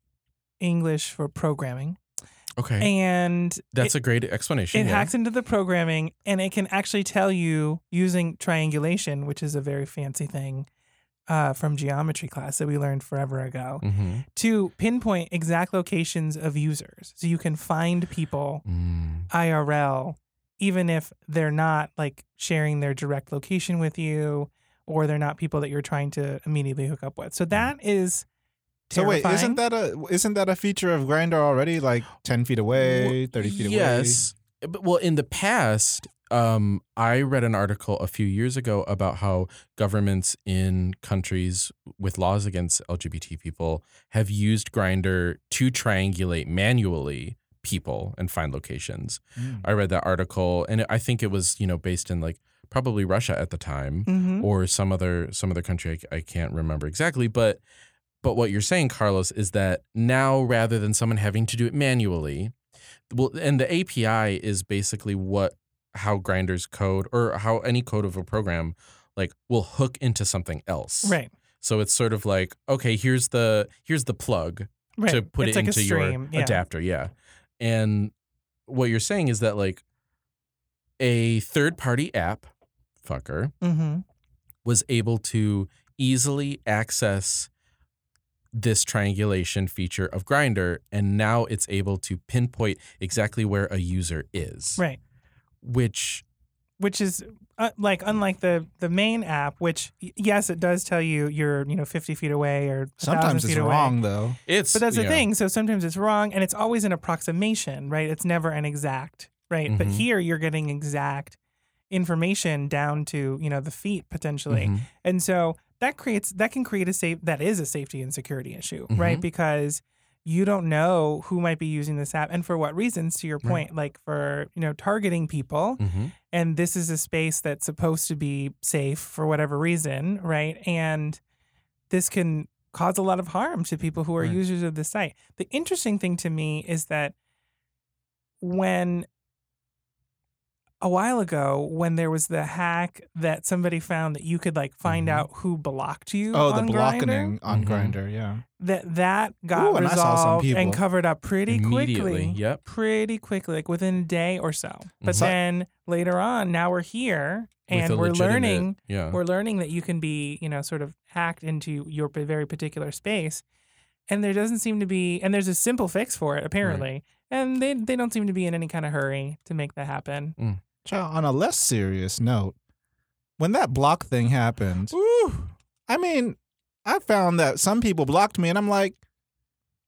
S1: English for programming.
S2: okay.
S1: And
S2: That's a great
S1: it
S2: explanation. yeah.
S1: hacks into the programming and it can actually tell you using triangulation, which is a very fancy thing uh, from geometry class that we learned forever ago,
S2: Mhm.
S1: to pinpoint exact locations of users. So you can find people
S2: Mm.
S1: IRL, even if they're not like sharing their direct location with you or they're not people that you're trying to immediately hook up
S2: Mm.
S1: with. So that is terrifying.
S4: So wait, isn't that a isn't that a feature of Grinder already? Like ten feet away, thirty feet away.
S2: Yes. But, well, in the past, um, I read an article a few years ago about how governments in countries with laws against LGBT people have used Grinder to triangulate manually people and find locations.
S4: Mm.
S2: I read that article, and I think it was you know based in like probably Russia at the time
S1: Mhm.
S2: or some other some other country I, I can't remember exactly but but what you're saying carlos is that now rather than someone having to do it manually well and the api is basically what how grinders code or how any code of a program like will hook into something else
S1: Right.
S2: so it's sort of like okay here's the here's the plug
S1: Right.
S2: to put
S1: it's
S2: it
S1: like
S2: into
S1: a stream. yeah.
S2: your adapter. Yeah. And what you're saying is that like a third party app fucker
S1: Mm-hmm.
S2: was able to easily access this triangulation feature of Grinder and now it's able to pinpoint exactly where a user is.
S1: Right.
S2: Which
S1: Which is uh, like unlike the the main app, which y- yes, it does tell you you're you know 50 feet away or 1,000
S4: Sometimes
S1: feet
S4: it's
S1: away.
S4: wrong though.
S2: it's
S1: But that's the
S2: yeah.
S1: thing. So sometimes it's wrong, and it's always an approximation, right? It's never an exact, right? But
S2: Mhm.
S1: here you're getting exact information down to you know the feet potentially,
S2: Mhm.
S1: and so that creates that can create a safe that is a safety and security issue, right?
S2: Mhm.
S1: Because you don't know who might be using this app and for what reasons. To your
S2: Right.
S1: point, like for you know targeting people,
S2: Mhm.
S1: and this is a space that's supposed to be safe for whatever reason, right? And this can cause a lot of harm to people who are
S2: Right.
S1: users of the site. The interesting thing to me is that when a while ago, when there was the hack that somebody found that you could like find
S2: Mhm.
S1: out who blocked you.
S4: Mm-hmm. Oh, the
S1: on Grindr,
S4: blockening on
S2: Mhm.
S4: Grinder, yeah.
S1: that that got
S4: Ooh, and I saw some
S1: resolved and
S4: people.
S1: covered up pretty
S2: Immediately,
S1: quickly.
S2: yep.
S1: Pretty quickly, like within a day or so. But
S2: Mhm.
S1: then later on, now we're here
S2: With
S1: and
S2: a
S1: we're
S2: legitimate-
S1: learning
S2: Yeah.
S1: we're learning that you can be, you know, sort of hacked into your p- very particular space. And there doesn't seem to be and there's a simple fix for it, apparently. And they they don't seem to be in any kind of hurry to make that happen.
S4: Child, on a less serious note, when that block thing happened,
S2: Woo.
S4: I mean, I found that some people blocked me, and I'm like,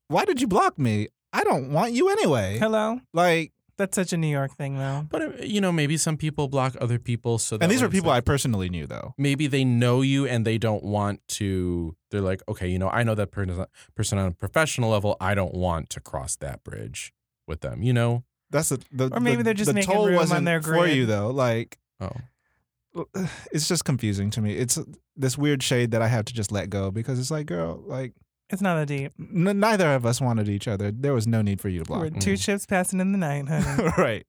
S4: why did you block me? I don't want you anyway.
S1: Hello?
S4: Like,
S1: That's such a New York thing though.
S2: But uh, you know, maybe some people block other people. So that
S4: and these
S2: way
S4: were
S2: it's
S4: people
S2: like-
S4: I personally knew, though.
S2: maybe they know you and they don't want to. They're like, okay, you know, I know that person person on a professional level. I don't want to cross that bridge with them. You know.
S4: That's the, the
S1: Or maybe
S4: the-
S1: they're just
S4: the
S1: making
S4: toll
S1: room on
S4: wasn't
S1: their
S4: for you
S1: grid.
S4: though. Like,
S2: Oh.
S4: it's just confusing to me. It's uh, this weird shade that I have to just let go because it's like, girl, like
S1: It's not that deep.
S4: n- neither of us wanted each other. There was no need for you to
S1: We're
S4: block.
S1: two
S2: Mm.
S1: ships passing in the night, honey.
S4: right,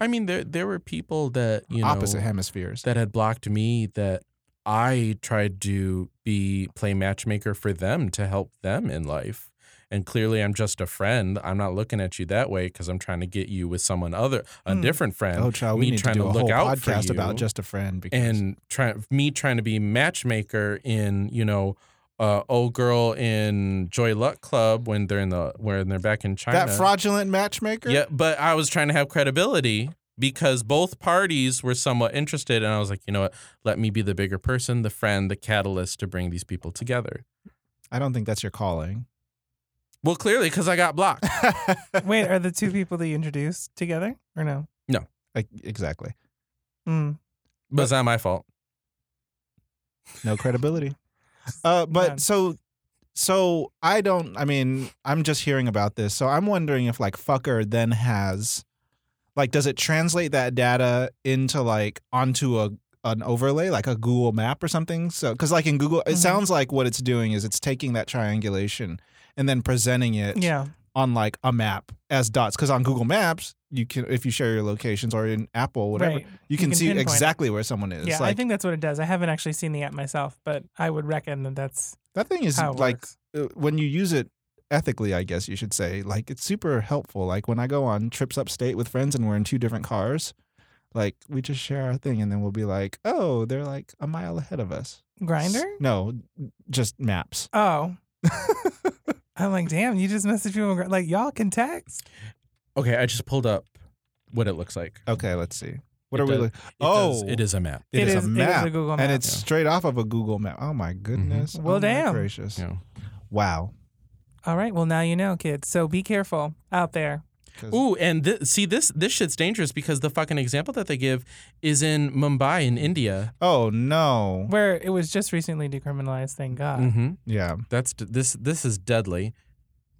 S2: I mean, there there were people that you know
S4: opposite hemispheres.
S2: that had blocked me that I tried to be play matchmaker for them to help them in life. And clearly, I'm just a friend. I'm not looking at you that way because I'm trying to get you with someone other, a
S1: Hmm.
S2: different friend,
S4: oh, child, we
S2: me
S4: need to
S2: trying
S4: do
S2: to
S4: a
S2: look
S4: whole
S2: out for
S4: podcast about
S2: you.
S4: just a friend. Because
S2: and try, me trying to be matchmaker in you know, uh, old girl in Joy Luck Club when they're in the when they're back in China.
S4: that fraudulent matchmaker.
S2: Yeah, but I was trying to have credibility because both parties were somewhat interested, and I was like, you know what? Let me be the bigger person, the friend, the catalyst to bring these people together.
S4: I don't think that's your calling.
S2: Well, clearly, because I got blocked.
S1: Wait, are the two people that you introduced together or no?
S4: Like, exactly.
S1: Mm.
S2: But it's not my fault.
S4: No credibility. Uh, but
S1: None.
S4: so, so I don't. I mean, I'm just hearing about this, so I'm wondering if like fucker then has, like, does it translate that data into like onto a an overlay like a Google map or something? So, because like in Google, it
S1: Mhm.
S4: sounds like what it's doing is it's taking that triangulation and then presenting it
S1: Yeah.
S4: on like a map as dots. Because on Google Maps, you can if you share your locations or in Apple, whatever,
S1: Right.
S4: you can,
S1: can
S4: see
S1: pinpoint it.
S4: exactly where someone is.
S1: Yeah,
S4: like
S1: I think that's what it does. I haven't actually seen the app myself, but I would reckon that that's
S4: that thing is
S1: how it
S4: like
S1: works.
S4: uh, when you use it ethically, I guess you should say, like it's super helpful. Like when I go on trips upstate with friends and we're in two different cars, like we just share our thing and then we'll be like, oh, they're like a mile ahead of us.
S1: Grinder?
S4: No, just maps.
S1: Oh. I'm like, damn, you just messaged people. on Gr- Like, y'all can text.
S2: Okay, I just pulled up what it looks like.
S4: Okay, let's see. What
S2: It
S4: are we?
S2: does-
S4: Look-
S2: It
S4: oh,
S2: does- it is a map.
S4: It is a map,
S1: It is a Google map.
S4: and it's
S2: Yeah. Mm-hmm.
S4: straight off of a Google map. Oh my goodness!
S1: Well,
S4: Oh, my
S1: damn.
S4: gracious!
S2: Yeah.
S4: Wow.
S1: All right. Well, now you know, kids. So be careful out there.
S4: 'Cause-
S2: Ooh, and thi- see this this shit's dangerous because the fucking example that they give is in Mumbai in India.
S4: Oh no.
S1: Where it was just recently decriminalized,
S4: Mm.
S1: thank
S4: Ah.
S1: God.
S2: Mm-hmm.
S4: Yeah.
S2: That's d- this this is deadly.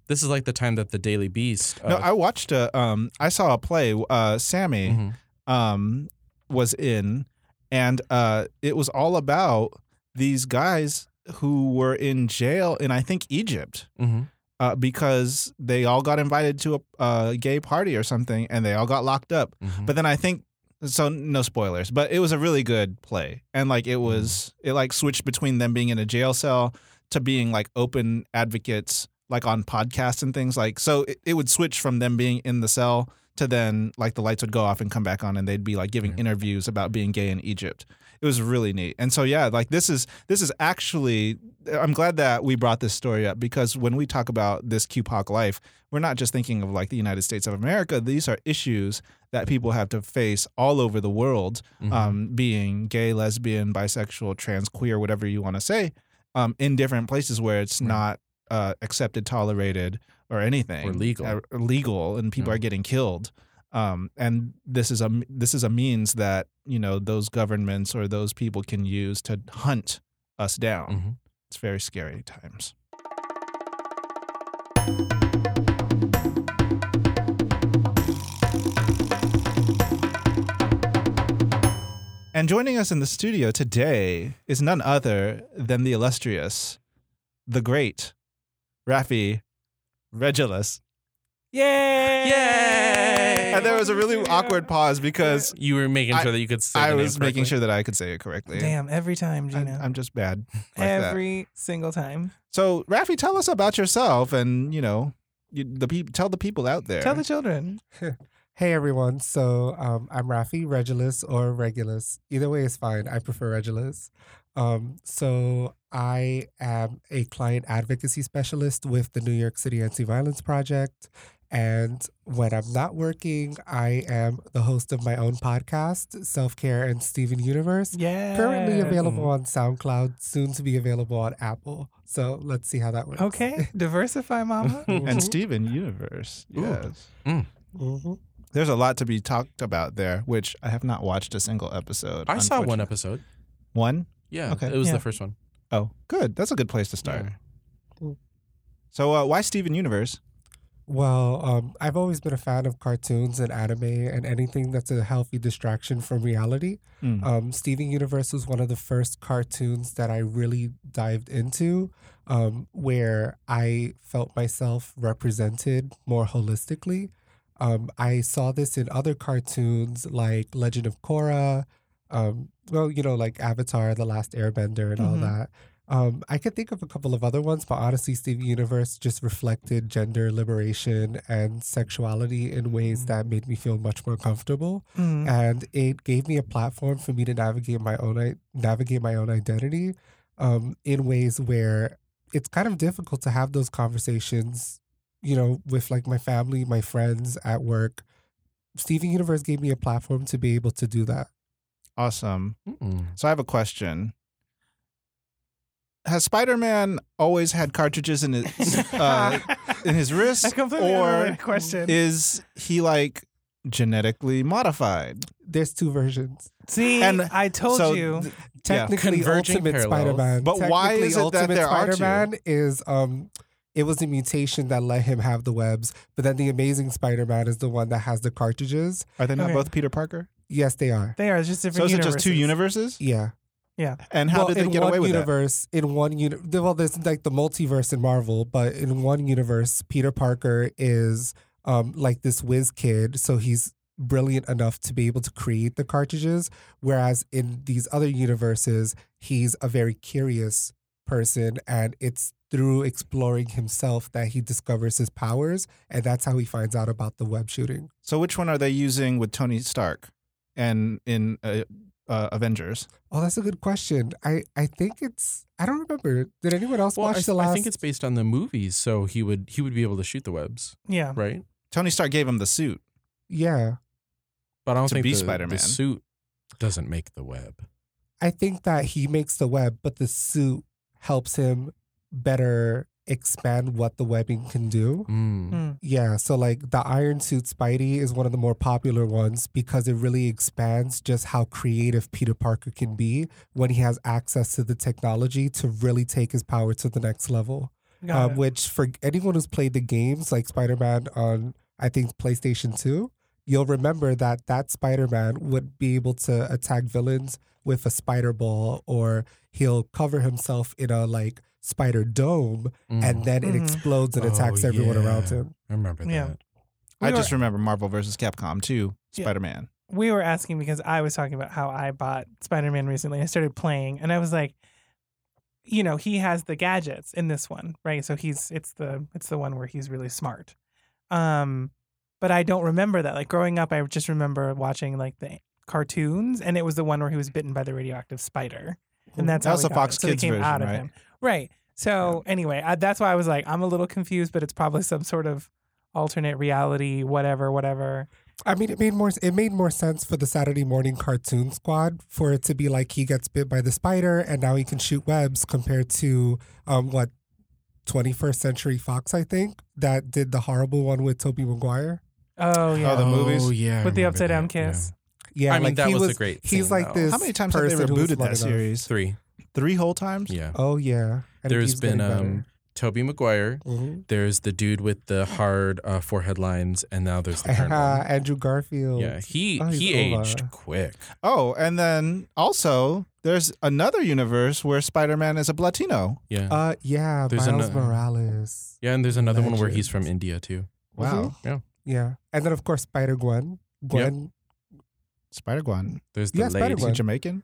S2: This is like the time that the Daily Beast.
S4: No,
S2: uh,
S4: I watched a. Um, I saw a play. Uh, Sammy.
S2: mhm.
S4: um, was in, and uh, it was all about these guys who were in jail in I think Egypt
S2: Mm-hmm.
S4: uh, because they all got invited to a, a gay party or something, and they all got locked up.
S2: Mm-hmm.
S4: But then I think so. No spoilers, but it was a really good play, and like it was, it like switched between them being in a jail cell to being like open advocates, like on podcasts and things like. So it, it would switch from them being in the cell to then like the lights would go off and come back on, and they'd be like giving
S2: Yeah.
S4: interviews about being gay in Egypt. It was really neat, and so yeah, like this is this is actually. I'm glad that we brought this story up because when we talk about this QPOC life, we're not just thinking of like the United States of America. These are issues that people have to face all over the world,
S2: Mhm.
S4: um, being gay, lesbian, bisexual, trans, queer, whatever you want to say, um, in different places where it's
S2: Right.
S4: not uh, accepted, tolerated, or anything,
S2: Or legal. Mm.
S4: uh, or legal, and people
S2: Yeah.
S4: are getting killed. Um, and this is a this is a means that you know those governments or those people can use to hunt us down.
S2: Mhm.
S4: It's very scary times. And joining us in the studio today is none other than the illustrious the great Raffi Regulus.
S1: Yay!
S2: Yay!
S4: And there was a really awkward pause because
S2: You were making
S4: I-
S2: sure that you could say.
S4: I
S2: the name
S4: was making
S2: correctly.
S4: sure that I could say it correctly.
S1: Damn, every time,
S4: I,
S1: Gina.
S4: I'm just bad. Like that.
S1: every single time.
S4: So, Raffi, tell us about yourself, and you know, you, the peop tell the people out there.
S1: Tell the children.
S5: Hey everyone, so um, I'm Rafi Regulus or Regulus. Either way is fine. I prefer Regulus. Um, so I am a client advocacy specialist with the New York City Anti-Violence Project. And when I'm not working, I am the host of my own podcast, Self Care and Steven Universe.
S1: Yeah.
S5: Currently available on SoundCloud, soon to be available on Apple. So let's see how that works.
S1: Okay, diversify, mama.
S4: and Steven Universe.
S2: Ooh.
S4: Yes.
S5: hmm
S4: There's a lot to be talked about there, which I have not watched a single episode.
S2: I saw one
S4: unfortunately.
S2: episode.
S4: One?
S2: Yeah,
S4: Okay.
S2: it was
S1: Yeah.
S2: the first one.
S4: Oh, good. That's a good place to start.
S5: Yeah.
S4: So, uh, why Steven Universe?
S5: Well, um, I've always been a fan of cartoons and anime and anything that's a healthy distraction from reality.
S4: Mm.
S5: Um, Steven Universe was one of the first cartoons that I really dived into, um, where I felt myself represented more holistically. Um, I saw this in other cartoons like Legend of Korra, um, well, you know, like Avatar, The Last Airbender, and all
S1: Mhm.
S5: that. Um, I could think of a couple of other ones, but honestly, Steven Universe just reflected gender liberation and sexuality in ways that made me feel much more comfortable
S4: Mm-hmm.
S1: Mm.
S5: and it gave me a platform for me to navigate my own i- navigate my own identity um, in ways where it's kind of difficult to have those conversations you know with like my family my friends at work steven universe gave me a platform to be able to do that
S4: Awesome.
S2: Mm-mm.
S4: So, I have a question. Has Spider-Man always had cartridges in his uh, in his
S1: I
S4: wrist,
S1: completely
S4: or
S1: unrelated question.
S4: is he like genetically modified?
S5: there's two versions
S1: See,
S4: and
S1: I told
S4: so
S1: you.
S4: th- yeah.
S5: technically
S2: Converging
S5: ultimate
S2: parallels.
S5: spider-man
S4: But why
S5: Technically,
S4: is it that
S5: ultimate
S4: there are two?
S5: spider-man is um it was the mutation that let him have the webs but then the amazing spider-man is the one that has the cartridges
S4: Are they not
S1: Okay.
S4: both Peter Parker?
S5: yes they are
S1: They are just
S4: So
S1: different
S4: is it just two
S1: universes.
S4: universes?
S5: yeah
S4: And how
S5: well,
S4: did they
S5: in
S4: get
S5: one
S4: away with that?
S5: universe, In one universe, well, there's like the multiverse in Marvel, but in one universe, Peter Parker is um, like this whiz kid, so he's brilliant enough to be able to create the cartridges. Whereas in these other universes, he's a very curious person, and it's through exploring himself that he discovers his powers, and that's how he finds out about the web shooting.
S4: So which one are they using with Tony Stark and in uh, uh, Avengers?
S5: Oh, that's a good question. I I think it's I don't remember. Did anyone else
S2: Well, I,
S5: watch the
S2: I
S5: last?
S2: think it's based on the movies, so he would he would be able to shoot the webs,
S4: Uh,
S1: Yeah.
S2: right?
S4: Tony Stark gave him the suit.
S5: yeah.
S2: But I don't
S4: To
S2: think
S4: be
S2: the,
S4: Spider-Man.
S2: the suit doesn't make the web.
S5: I think that he makes the web, but the suit helps him better expand what the webbing can do.
S2: Mm.
S1: Mm.
S5: Yeah, so like the Iron Suit Spidey is one of the more popular ones because it really expands just how creative Peter Parker can be when he has access to the technology to really take his power to the next level.
S1: Mm,
S4: Uh,
S1: Got
S5: Um,
S1: it.
S5: which for anyone who's played the games like Spider-Man on I think PlayStation 2, you'll remember that that Spider-Man would be able to attack villains with a spider ball or he'll cover himself in a like spider dome
S2: Mm.
S5: and then it
S1: Mhm.
S5: explodes and
S2: Oh,
S5: attacks everyone around
S2: yeah.
S5: him.
S2: I remember
S1: Yeah.
S2: that.
S1: We
S4: I
S1: were-
S4: just remember Marvel versus Capcom 2,
S1: Yeah.
S4: Spider-Man.
S1: we were asking because I was talking about how I bought Spider Man recently. I started playing, and I was like, you know, he has the gadgets in this one, right? So he's it's the it's the one where he's really smart. Um, but I don't remember that. Like growing up, I just remember watching like the cartoons, and it was the one where he was bitten by the radioactive spider, and that's
S4: That
S1: how we
S4: was the
S1: got it.
S4: Fox
S1: So they
S4: Kids
S1: came
S4: version,
S1: out of
S4: right?
S1: him, right? So anyway, I, that's why I was like, I'm a little confused, but it's probably some sort of alternate reality, whatever, whatever.
S5: I mean it made more it made more sense for the Saturday morning cartoon squad for it to be like he gets bit by the spider and now he can shoot webs compared to um what 21st Century Fox, I think, that did the horrible one with Toby Maguire.
S1: Oh yeah.
S4: Oh, the movies?
S2: yeah, I
S1: With the
S2: remember
S1: upside down
S2: that, yeah.
S1: kiss.
S5: Yeah,
S2: I mean,
S5: like,
S2: that
S5: he
S2: was a great
S5: He's
S2: scene,
S5: like
S2: though.
S5: this.
S4: How many times have they
S5: person who was
S4: rebooted
S5: smart
S4: that
S5: enough.
S4: series?
S2: Three,
S4: Three whole times?
S2: yeah.
S5: Oh yeah, and it
S2: There's
S5: keeps
S2: been
S5: getting better.
S2: um, Toby Maguire.
S5: Mhm.
S2: There's the dude with the hard uh, forehead lines, and now there's the current one.
S5: Andrew Garfield.
S2: Yeah, he
S5: Oh, he's
S2: he
S5: Ola.
S2: aged quick.
S4: Oh, and then also there's another universe where Spider-Man is a Latino.
S2: Yeah,
S5: Uh, yeah,
S2: There's
S5: Miles
S2: ano-
S5: Morales.
S2: yeah, and there's another one where he's from
S5: Legends.
S2: India too.
S4: Wow.
S5: Yeah, and then of course Spider Gwen. Gwen.
S4: Spider Gwen.
S2: There's the
S5: Yeah,
S2: lady.
S4: Is he
S5: Gwen.
S4: Jamaican?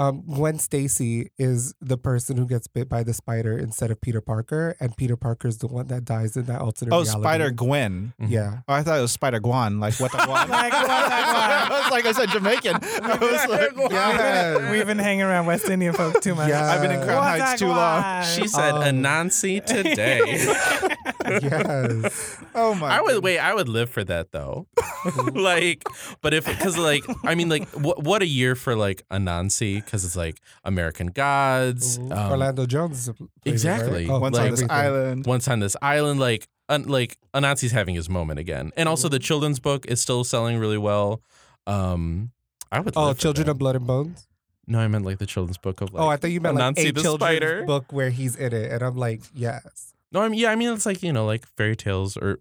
S5: Um, Gwen Stacy is the person who gets bit by the spider instead of Peter Parker, and Peter Parker is the one that dies in that alternate.
S4: Oh,
S5: reality.
S4: Spider Gwen.
S2: Mm-hmm.
S5: Yeah.
S4: Oh, I thought it was Spider Guan. Like what the guan?
S1: Like, what the guan?
S4: I was like I said Jamaican. I was like,
S5: Yeah.
S1: We've been hanging around West Indian folk too much.
S5: Yeah.
S4: I've been in Crown
S1: What's
S4: Heights
S1: that
S4: too long.
S1: guan?
S2: She said
S5: Um,
S2: Anansi today.
S5: yes.
S4: Oh my!
S2: I would
S4: goodness.
S2: wait. I would live for that though. like, but if because like I mean like what what a year for like Anansi because it's like American Gods,
S5: Mhm.
S2: um,
S5: Orlando Jones. is a flavor, right?
S2: exactly.
S5: Oh,
S4: Once
S2: like-
S4: on this
S5: everything.
S4: island.
S2: once on this island. Like un, like Anansi's having his moment again, and
S5: Mm-hmm.
S2: also the children's book is still selling really well. Um, I would.
S5: Oh,
S2: live for
S5: Children
S2: that.
S5: of Blood and Bones.
S2: No, I meant like the children's book of like.
S5: oh, I thought you meant like
S2: Anansi
S5: a
S2: the
S5: children's
S2: spider.
S5: book where he's in it, and I'm like, yes.
S2: no, I mean yeah. I mean it's like you know like fairy tales or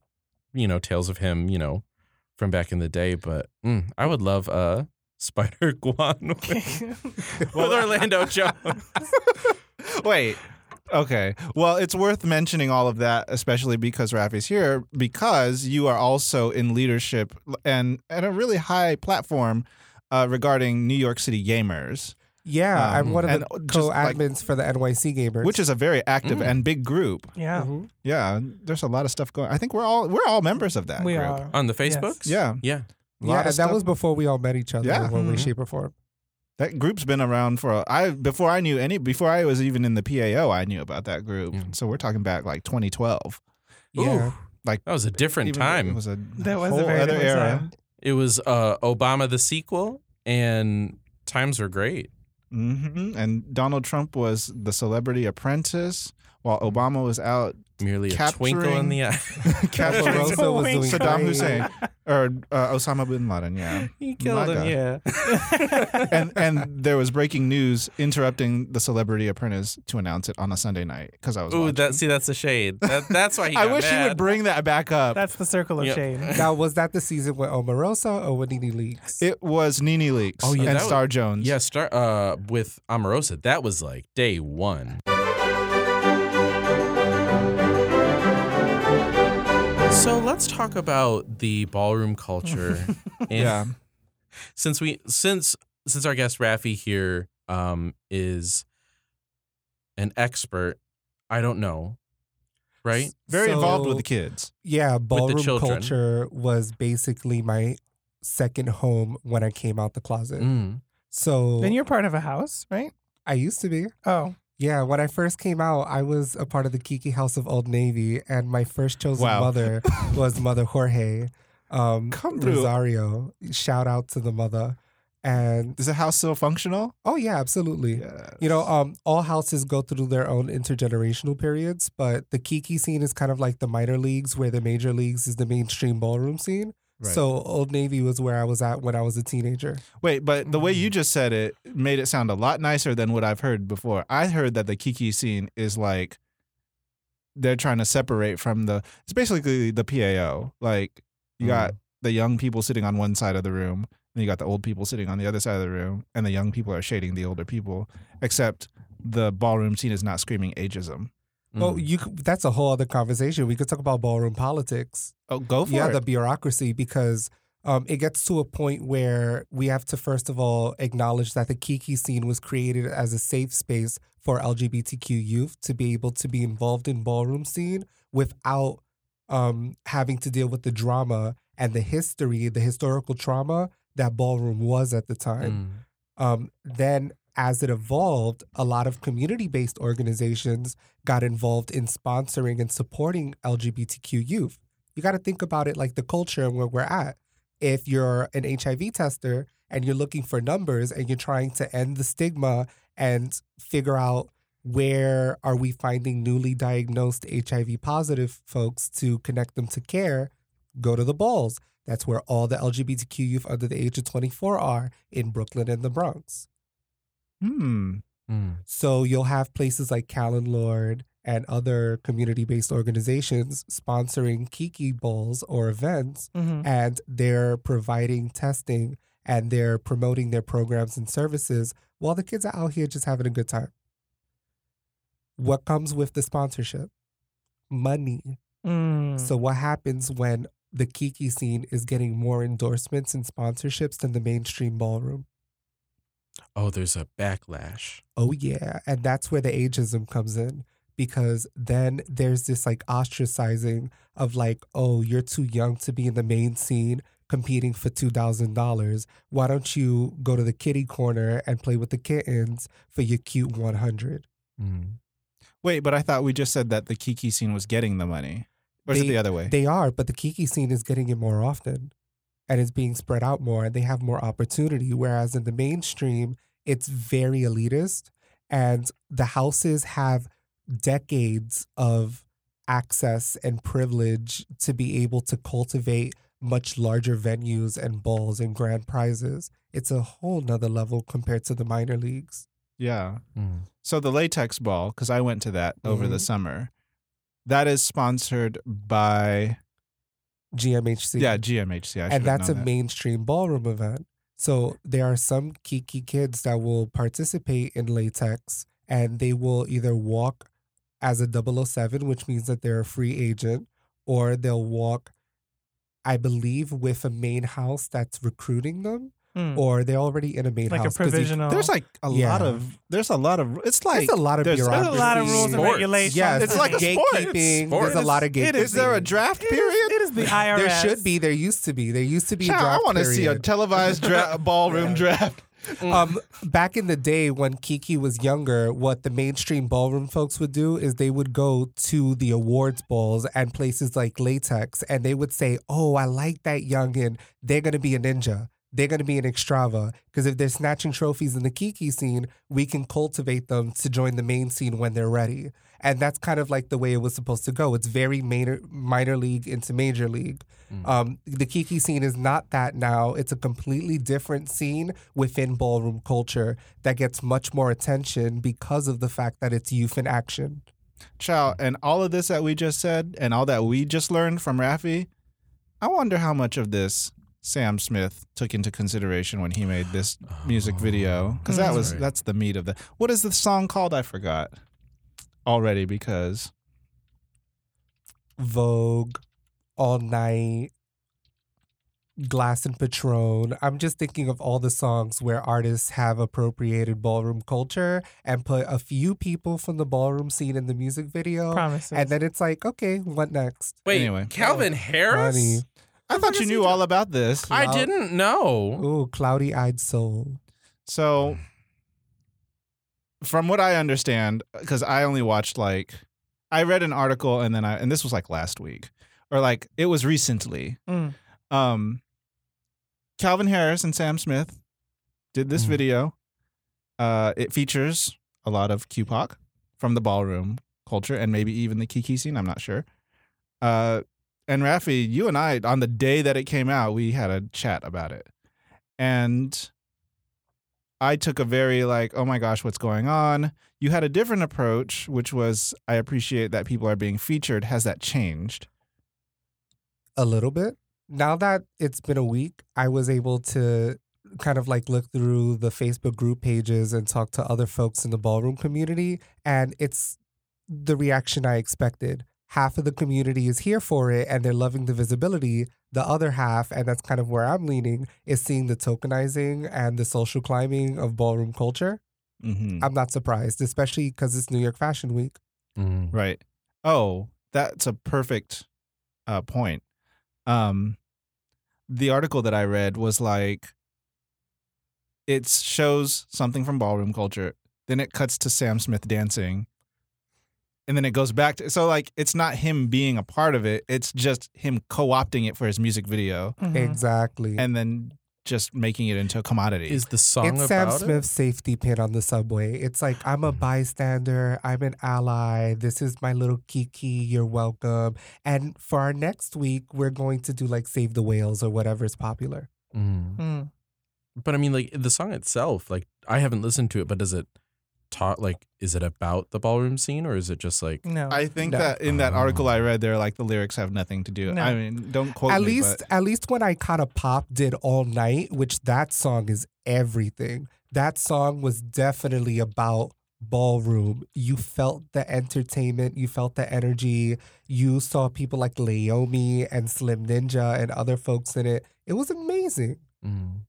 S2: you know tales of him you know from back in the day. But mm, I would love uh Spider Guan with, with Orlando Jones.
S4: Wait. Okay. Well, it's worth mentioning all of that, especially because Rafi's here, because you are also in leadership and at a really high platform uh, regarding New York City gamers,
S5: Yeah, I'm
S4: Um,
S5: one of the
S4: and just, like-
S5: co-admins for the NYC Gamers,
S4: which mm-hmm. is a very active
S2: Mm.
S4: and big group.
S1: Yeah,
S5: Mhm.
S4: Yeah, there's a lot of stuff going. I think we're all we're all members of that
S1: we
S4: group.
S1: are.
S2: on the
S1: Yes.
S2: Facebooks.
S4: Yeah,
S2: yeah.
S4: A
S5: yeah,
S4: lot of
S5: and that
S4: stuff.
S5: was before we all met each other
S4: Yeah.
S5: in one way,
S2: Mhm.
S5: shape, or form.
S4: that group's been around for a, I before I knew any before I was even in the PAO. I knew about that group.
S2: Yeah.
S4: So we're talking back like 2012.
S5: Yeah,
S2: Ooh, that was a different
S4: Even though
S2: time.
S4: It was a
S1: That was
S4: whole
S1: a very
S4: other
S1: different
S4: era.
S1: time.
S2: It was uh, Obama the sequel, and times were great.
S4: hmm And Donald Trump was the celebrity apprentice while
S2: Mm-hmm.
S4: Obama was out
S2: Merely a twinkle in
S4: Capturing-
S2: the eye.
S4: capturing
S5: Barbarossa was doing
S4: Saddam
S5: great.
S4: Hussein or uh, Osama bin Laden. Yeah.
S2: he
S4: killed him,
S1: Yeah.
S4: And and there was breaking news interrupting the celebrity apprentice to announce it on a Sunday night because I was.
S2: Ooh,
S4: watching.
S2: that see, that's a shade. That, that's why he.
S4: I
S2: got
S4: wish he
S2: mad.
S4: would bring that back up.
S1: That's the circle of
S2: Yep.
S1: shame.
S5: Now, was that the season with Omarosa or with Nene Leaks?
S4: it was Nene Leaks
S2: Oh, yeah, that
S4: and
S2: was-
S4: Star Jones.
S2: Yeah, start uh, with Omarosa. That was like day one. So let's talk about the ballroom culture. and
S4: Yeah.
S2: since we since since our guest Rafi here um is an expert, I don't know, right?
S4: Very involved
S5: So-
S4: with the kids.
S5: yeah, ballroom
S2: children.
S5: culture was basically my second home when I came out the closet.
S2: Mm.
S5: So
S1: Then you're part of a house, right?
S5: I used to be.
S1: Oh,
S5: Yeah, when I first came out, I was a part of the Kiki House of Old Navy, and my first chosen
S4: Wow.
S5: mother was Mother Jorge um,
S4: Come through.
S5: Rosario. Shout out to the mother. And
S4: Is the house still functional?
S5: oh, yeah, absolutely. You know, um, all houses go through their own intergenerational periods, but the Kiki scene is kind of like the minor leagues, where the major leagues is the mainstream ballroom scene.
S4: Right.
S5: So Old Navy was where I was at when I was a teenager.
S4: Wait, but the way you just said it made it sound a lot nicer than what I've heard before. I heard that the Kiki scene is like they're trying to separate from the it's basically the PAO. Like you got the young people sitting on one side of the room and you got the old people sitting on the other side of the room and the young people are shading the older people except the ballroom scene is not screaming ageism.
S2: mm,
S5: Well,
S4: Mm.
S5: you c- that's a whole other conversation. We could talk about ballroom politics.
S4: Oh, go for
S5: yeah,
S4: it.
S5: the bureaucracy because um, it gets to a point where we have to first of all acknowledge that the Kiki scene was created as a safe space for LGBTQ youth to be able to be involved in ballroom scene without um, having to deal with the drama and the history, the historical trauma that ballroom was at the time.
S2: mm,
S5: Um, then, as it evolved, a lot of community based organizations got involved in sponsoring and supporting LGBTQ youth. You got to think about it like the culture and where we're at. If you're an HIV tester and you're looking for numbers and you're trying to end the stigma and figure out where are we finding newly diagnosed HIV positive folks to connect them to care, go to the balls. That's where all the LGBTQ youth under the age of 24 are in Brooklyn and the Bronx.
S4: hmm.
S2: Mm.
S5: So you'll have places like Callan Lord and other community based organizations sponsoring Kiki Bowls or events,
S1: Mhm.
S5: and they're providing testing and they're promoting their programs and services while the kids are out here just having a good time. What comes with the sponsorship? Money.
S1: Mm.
S5: So what happens when the Kiki scene is getting more endorsements and sponsorships than the mainstream ballroom?
S2: Oh, there's a backlash.
S5: Oh yeah, and that's where the ageism comes in because then there's this like ostracizing of like, oh, you're too young to be in the main scene competing for $2,000. Why don't you go to the kitty corner and play with the kittens for your cute 100?
S2: Mm.
S4: Wait, but I thought we just said that the Kiki scene was getting the money. Or is it
S5: They-
S4: the other way?
S5: They are, but the Kiki scene is getting it more often and it's being spread out more and they have more opportunity. Whereas in the mainstream, it's very elitist and the houses have decades of access and privilege to be able to cultivate much larger venues and balls and grand prizes. It's a whole nother level compared to the minor leagues.
S4: yeah.
S2: Mm.
S4: So the latex ball, because I went to that over the
S5: Mhm.
S4: summer, that is sponsored by
S5: GMHC.
S4: yeah GMHC. I
S5: and
S4: should've
S5: that's a
S4: known that.
S5: mainstream ballroom event. So there are some kiki kids that will participate in latex and they will either walk as a 007, which means that they're a free agent, or they'll walk, I believe, with a main house that's recruiting them,
S1: Mm.
S5: or they're already in a main
S1: like a
S5: house. 'cause you-
S1: provisional.
S4: There's like a
S5: Yeah.
S4: lot of there's a lot of it's like
S5: There's a lot of
S4: there's- there's a
S1: There's a lot of rules and
S2: Sports.
S1: regulations.
S5: Yes,
S4: It's like a
S1: It
S4: sport.
S5: gatekeeping.
S2: Sport.
S5: There's a lot of
S1: It
S5: gatekeeping.
S1: is-
S4: is there a draft
S1: is-
S4: period?
S1: It is the IRS.
S5: There should be. There used to be. There used to be.
S4: Child, I
S5: draft
S4: want to see a
S5: period.
S4: televised dra- ballroom
S5: Yeah.
S4: draft.
S5: um, back in the day when Kiki was younger, what the mainstream ballroom folks would do is they would go to the awards balls and places like Latex, and they would say, "Oh, I like that youngin. They're gonna be a ninja. They're gonna be an extrava. Because if they're snatching trophies in the Kiki scene, we can cultivate them to join the main scene when they're ready." And that's kind of like the way it was supposed to go. It's very minor, minor league into major league. Um, the Kiki scene is not that now. It's a completely different scene within ballroom culture that gets much more attention because of the fact that it's youth in action.
S4: Chow, and all of this that we just said and all that we just learned from Rafi, I wonder how much of this Sam Smith took into consideration when he made this music video because that
S1: Mhm.
S2: Oh.
S4: was
S2: Right.
S4: that's the meat of the. What is the song called? I forgot already because
S5: Vogue, All Night, Glass and Patron. I'm just thinking of all the songs where artists have appropriated ballroom culture and put a few people from the ballroom scene in the music video.
S1: promises.
S5: And then it's like, okay, what next?
S2: Wait,
S4: Anyway.
S2: Calvin Harris?
S5: Funny.
S4: I thought you knew all about this.
S2: I
S5: Cloud-
S2: didn't know.
S5: Ooh, cloudy eyed soul.
S4: So, from what I understand, because I only watched like, I read an article and then I, and this was like last week or like it was recently.
S1: Mm.
S4: Um, Calvin Harris and Sam Smith did this
S2: Mm.
S4: video. Uh, it features a lot of Q-pop from the ballroom culture and maybe even the Kiki scene. I'm not sure. Uh, and Rafi, you and I, on the day that it came out, we had a chat about it. And I took a very, like, oh my gosh, what's going on? You had a different approach, which was, I appreciate that people are being featured. Has that changed?
S5: a little bit. Now that it's been a week, I was able to kind of like look through the Facebook group pages and talk to other folks in the ballroom community. And it's the reaction I expected. Half of the community is here for it and they're loving the visibility. The other half, and that's kind of where I'm leaning, is seeing the tokenizing and the social climbing of ballroom culture.
S4: Mm-hmm.
S5: I'm not surprised, especially because it's New York Fashion Week.
S2: Mm.
S4: Right. Oh, that's a perfect uh, point. Um, the article that I read was like, it shows something from ballroom culture, then it cuts to Sam Smith dancing, and then it goes back to. So, like, it's not him being a part of it, it's just him co opting it for his music video
S5: Mm-hmm.
S1: Mhm.
S5: Exactly.
S4: and then just making it into a commodity.
S2: Is the song
S5: it's Sam
S2: about it? Mm-hmm.
S5: Smith's safety pin on the subway. It's like I'm a bystander, I'm an ally. This is my little kiki. You're welcome. And for our next week, we're going to do like save the whales or whatever is popular.
S2: Mm.
S1: Mm.
S2: But I mean, like the song itself, like I haven't listened to it, but does it taught like is it about the ballroom scene or is it just like
S1: No.
S4: I think
S5: No.
S4: that in that
S2: Oh.
S4: article I read, they're like the lyrics have nothing to do.
S1: No.
S4: I mean, don't quote
S5: at
S4: me,
S5: least
S4: but
S5: at least when I caught a pop did all night, which that song is everything. That song was definitely about ballroom. You felt the entertainment, you felt the energy. You saw people like Laomi and Slim Ninja and other folks in it. It was amazing.
S2: Mm.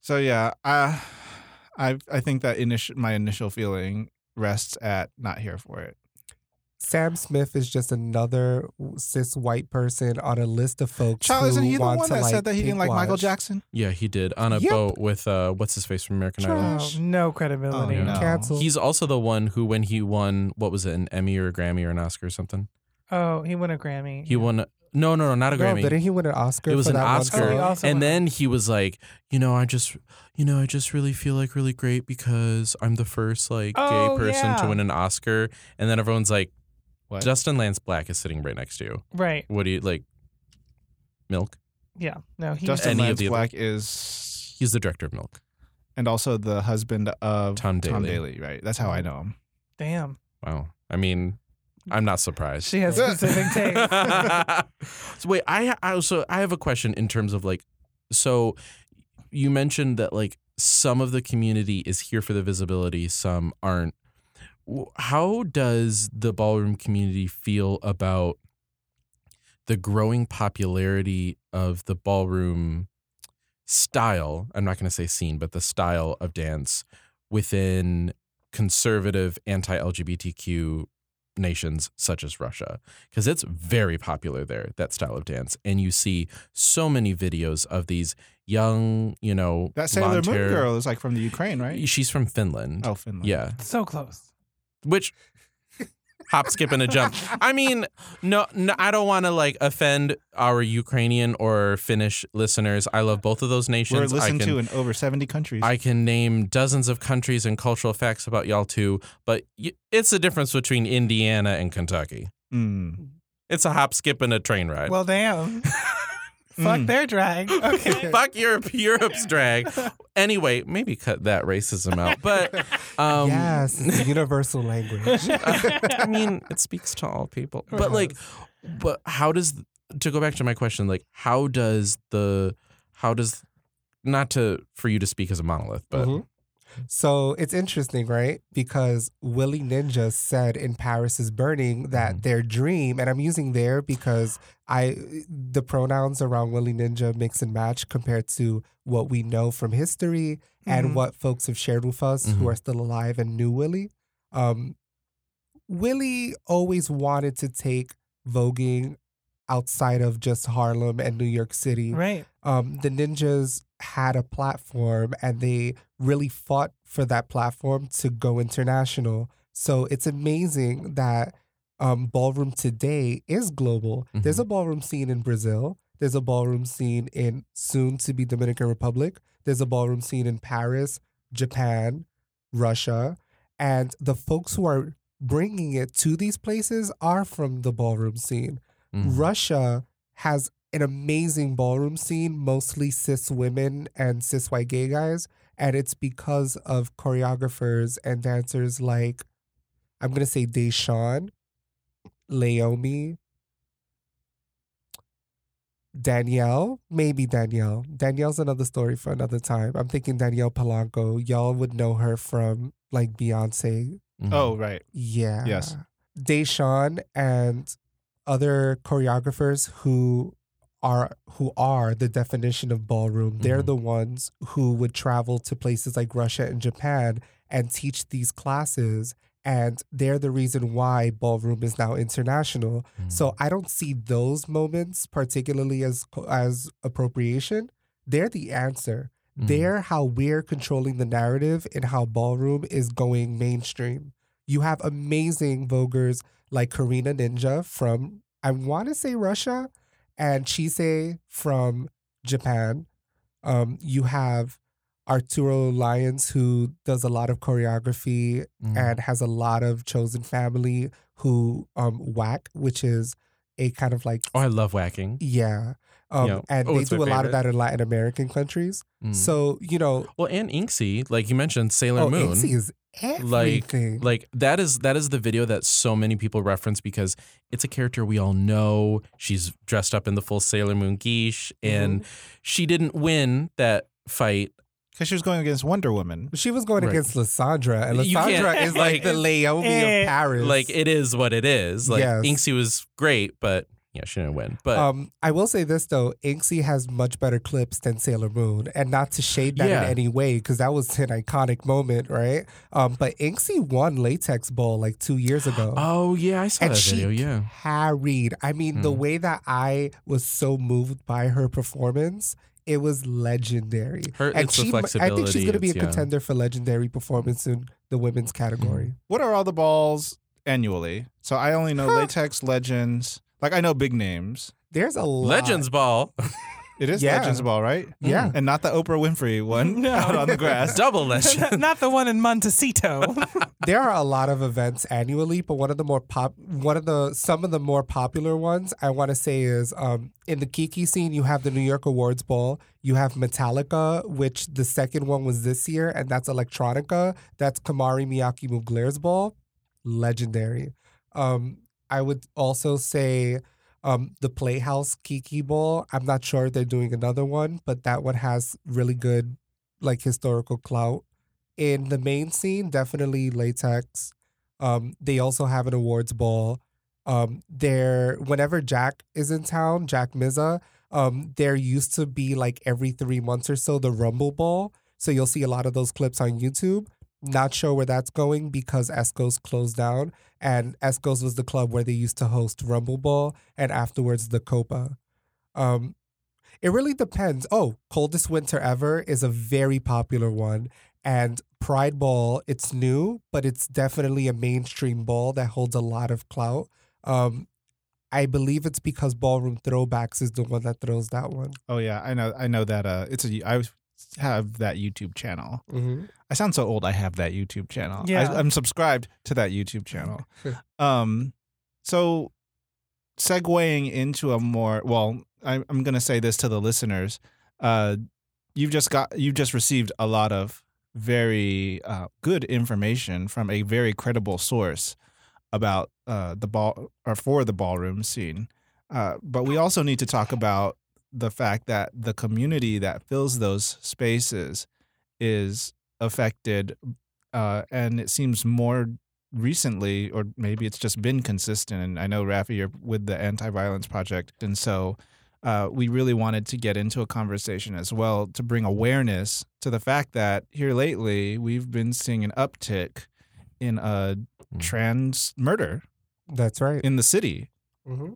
S4: so yeah, I, I I think that initial my initial feeling rests at not here for it.
S5: Sam Smith is just another cis white person on a list of folks.
S4: Child,
S5: who
S4: isn't he the
S5: want
S4: one
S5: to,
S4: that said that he didn't like Michael
S5: pinkwash.
S4: Jackson?
S2: yeah he did on a
S5: Yep.
S2: boat with uh what's his face from American Idol
S1: Oh, no credibility.
S2: Oh, no.
S5: Cancel.
S2: he's also the one who when he won what was it an Emmy or a Grammy or an Oscar or something
S1: Oh, he won a Grammy.
S2: he won no no no not a
S5: No,
S2: Grammy
S5: didn't he win an Oscar?
S2: It was
S5: for
S2: an
S5: that one
S2: Oscar.
S1: Oh, he
S5: song?
S1: also
S2: and
S1: won-
S2: then he was like, you know, I just, you know, I just really feel like really great because I'm the first like
S1: Oh,
S2: gay person
S1: yeah.
S2: to win an Oscar. And then everyone's like,
S4: What?
S2: Justin Lance Black is sitting right next to you.
S1: right.
S2: What do you like? Milk.
S1: Yeah. No, he
S4: Justin
S2: Any of
S4: Lance
S2: the other-
S4: Black is
S2: He's the director of Milk.
S4: and also the husband of
S2: Tom Daly.
S4: right? That's how I know him.
S1: damn.
S2: Wow. I mean, I'm not surprised.
S1: She has specific tastes.
S2: so wait, I I also I have a question in terms of like, so you mentioned that like some of the community is here for the visibility, some aren't. W- How does the ballroom community feel about the growing popularity of the ballroom style? I'm not going to say scene, but the style of dance within conservative anti-LGBTQ nations such as Russia because it's very popular there that style of dance and you see so many videos of these young you know
S4: That Sailor
S2: blonde
S4: Moon
S2: hair-
S4: girl is like from the Ukraine, right?
S2: she's from finland
S4: Oh, Finland.
S2: yeah
S1: so close.
S2: which hop skip and a jump i mean no, no i don't want to like offend our ukrainian or finnish listeners i love both of those nations I
S4: We're listened
S2: can,
S4: to in over 70 countries.
S2: I can name dozens of countries and cultural facts about y'all too, but y- it's the difference between Indiana and Kentucky.
S4: Mm.
S2: It's a hop, skip, and a train ride.
S1: Well, damn. Fuck
S4: Mm.
S1: their drag. Okay.
S2: Fuck Europe, Europe's drag. Anyway, maybe cut that racism out. But um,
S5: yes, it's a universal language.
S2: I mean, it speaks to all people.
S5: Uh-huh.
S2: But like, but how does to go back to my question? Like, how does the how does not to for you to speak as a monolith, but
S5: Mhm. So it's interesting, right? Because Willie Ninja said in Paris is Burning
S2: Mm-hmm.
S5: that their dream, and I'm using their because I the pronouns around Willie Ninja mix and match compared to what we know from history
S1: Mhm.
S2: Mm-hmm.
S5: and what folks have shared with us
S2: Mhm.
S5: who are still alive and knew Willie. Um, Willie always wanted to take voguing outside of just Harlem and New York City
S1: Right.
S5: um, the ninjas had a platform and they really fought for that platform to go international. So it's amazing that um, ballroom today is global. There's a ballroom scene in Brazil. There's a ballroom scene in soon to be Dominican Republic. There's a ballroom scene in Paris, Japan, Russia, and the folks who are bringing it to these places are from the ballroom scene.
S2: Mhm.
S5: Russia has an amazing ballroom scene, mostly cis women and cis white gay guys. And it's because of choreographers and dancers like, I'm going to say Deshawn, Laomi, Danielle, maybe Danielle. Danielle's another story for another time. I'm thinking Danielle Polanco. Y'all would know her from like Beyonce
S2: Mhm.
S4: Oh, right.
S5: yeah.
S4: Yes.
S5: Deshawn and other choreographers who are who are the definition of ballroom. They're
S2: Mhm.
S5: the ones who would travel to places like Russia and Japan and teach these classes. And they're the reason why ballroom is now international. So I don't see those moments particularly as co- as appropriation. They're the answer.
S2: Mhm.
S5: They're how we're controlling the narrative and how ballroom is going mainstream. You have amazing voguers like Karina Ninja from I want to say Russia, and Chise from Japan. Um, you have Arturo Lyons who does a lot of choreography
S2: Mhm.
S5: and has a lot of chosen family who um whack, which is a kind of like E
S2: oh, I love whacking.
S5: yeah, Um,
S2: Yeah.
S5: And
S2: Oh,
S5: they
S2: it's my
S5: do a lot
S2: favorite.
S5: of that in Latin American countries.
S2: Mm.
S5: So, you know,
S2: well, and Inksy, like you mentioned, Sailor
S5: oh,
S2: Moon.
S5: Etsy is everything.
S2: like that is that is the video that so many people reference because it's a character we all know. She's dressed up in the full Sailor Moon geesh,
S5: Mm-hmm.
S2: and she didn't win that fight.
S4: because she was going against Wonder Woman.
S5: she was going
S2: Right.
S5: against Lissandra, and
S2: You can't-
S5: Lissandra is
S2: like-
S5: like, the Laomi
S1: Eh.
S5: of Paris.
S2: Like it is what it is. Like
S5: Yes.
S2: Inksy was great, but yeah, she didn't win. But
S5: um, I will say this though, Inksy has much better clips than Sailor Moon, and not to shade that
S2: Yeah.
S5: in any way, because that was an iconic moment, right? Um, but Inksy won Latex Bowl like two years ago.
S2: oh yeah, I saw
S5: and
S2: that
S5: she
S2: video. Yeah,
S5: carried. I mean, the
S2: Mhm.
S5: way that I was so moved by her performance, it was legendary.
S2: Her-
S5: and
S2: it's the
S5: she, mi- I think she's
S2: flexibility,
S5: going to be a
S2: it's- yeah. Hmm.
S5: contender for legendary performance in the women's category.
S4: What are all the balls annually? So I only know Latex Legends. Like I know big names.
S5: There's a lot.
S2: Legends Ball,
S4: It is
S5: Yeah.
S4: Legends Ball, right?
S5: Yeah.
S4: And not the Oprah Winfrey one
S1: No.
S4: out on the grass.
S2: double legend.
S1: Not the one in Montecito.
S5: There are a lot of events annually, but one of the more pop, one of the some of the more popular ones I want to say is um, in the Kiki scene. You have the New York Awards Ball. You have Metallica, which the second one was this year, and that's Electronica. That's Kamari Miyake Mugler's Ball, legendary. Um, I would also say um, the Playhouse Kiki Ball. I'm not sure if they're doing another one, but that one has really good like historical clout in the main scene, definitely latex. Um, they also have an awards ball. Um, there, whenever Jack is in town, Jack Mizza, um, there used to be like every three months or so the Rumble Ball. So you'll see a lot of those clips on YouTube. Not sure where that's going because Esco's closed down, and Esco's was the club where they used to host Rumble Ball and afterwards the Copa. Um, it really depends. Oh, coldest winter ever is a very popular one and Pride Ball, it's new, but it's definitely a mainstream ball that holds a lot of clout. Um, I believe it's because Ballroom Throwbacks is the one that throws that one.
S4: Oh yeah, I know. I know that. Uh, it's a. I have that YouTube channel.
S5: Mm-hmm.
S4: I sound so old. I have that YouTube channel.
S1: Yeah.
S4: I, I'm subscribed to that YouTube channel. um, so segueing into a more well, I, I'm going to say this to the listeners. Uh, you've just got you've just received a lot of very uh, good information from a very credible source about uh, the ball or for the ballroom scene. Uh, but we also need to talk about the fact that the community that fills those spaces is affected, uh, and it seems more recently, or maybe it's just been consistent. And I know Rafi, you're with the Anti-Violence Project, and so uh, we really wanted to get into a conversation as well to bring awareness to the fact that here lately we've been seeing an uptick in a
S2: Mm.
S4: trans murder
S5: That's right.
S4: in the city.
S5: hmm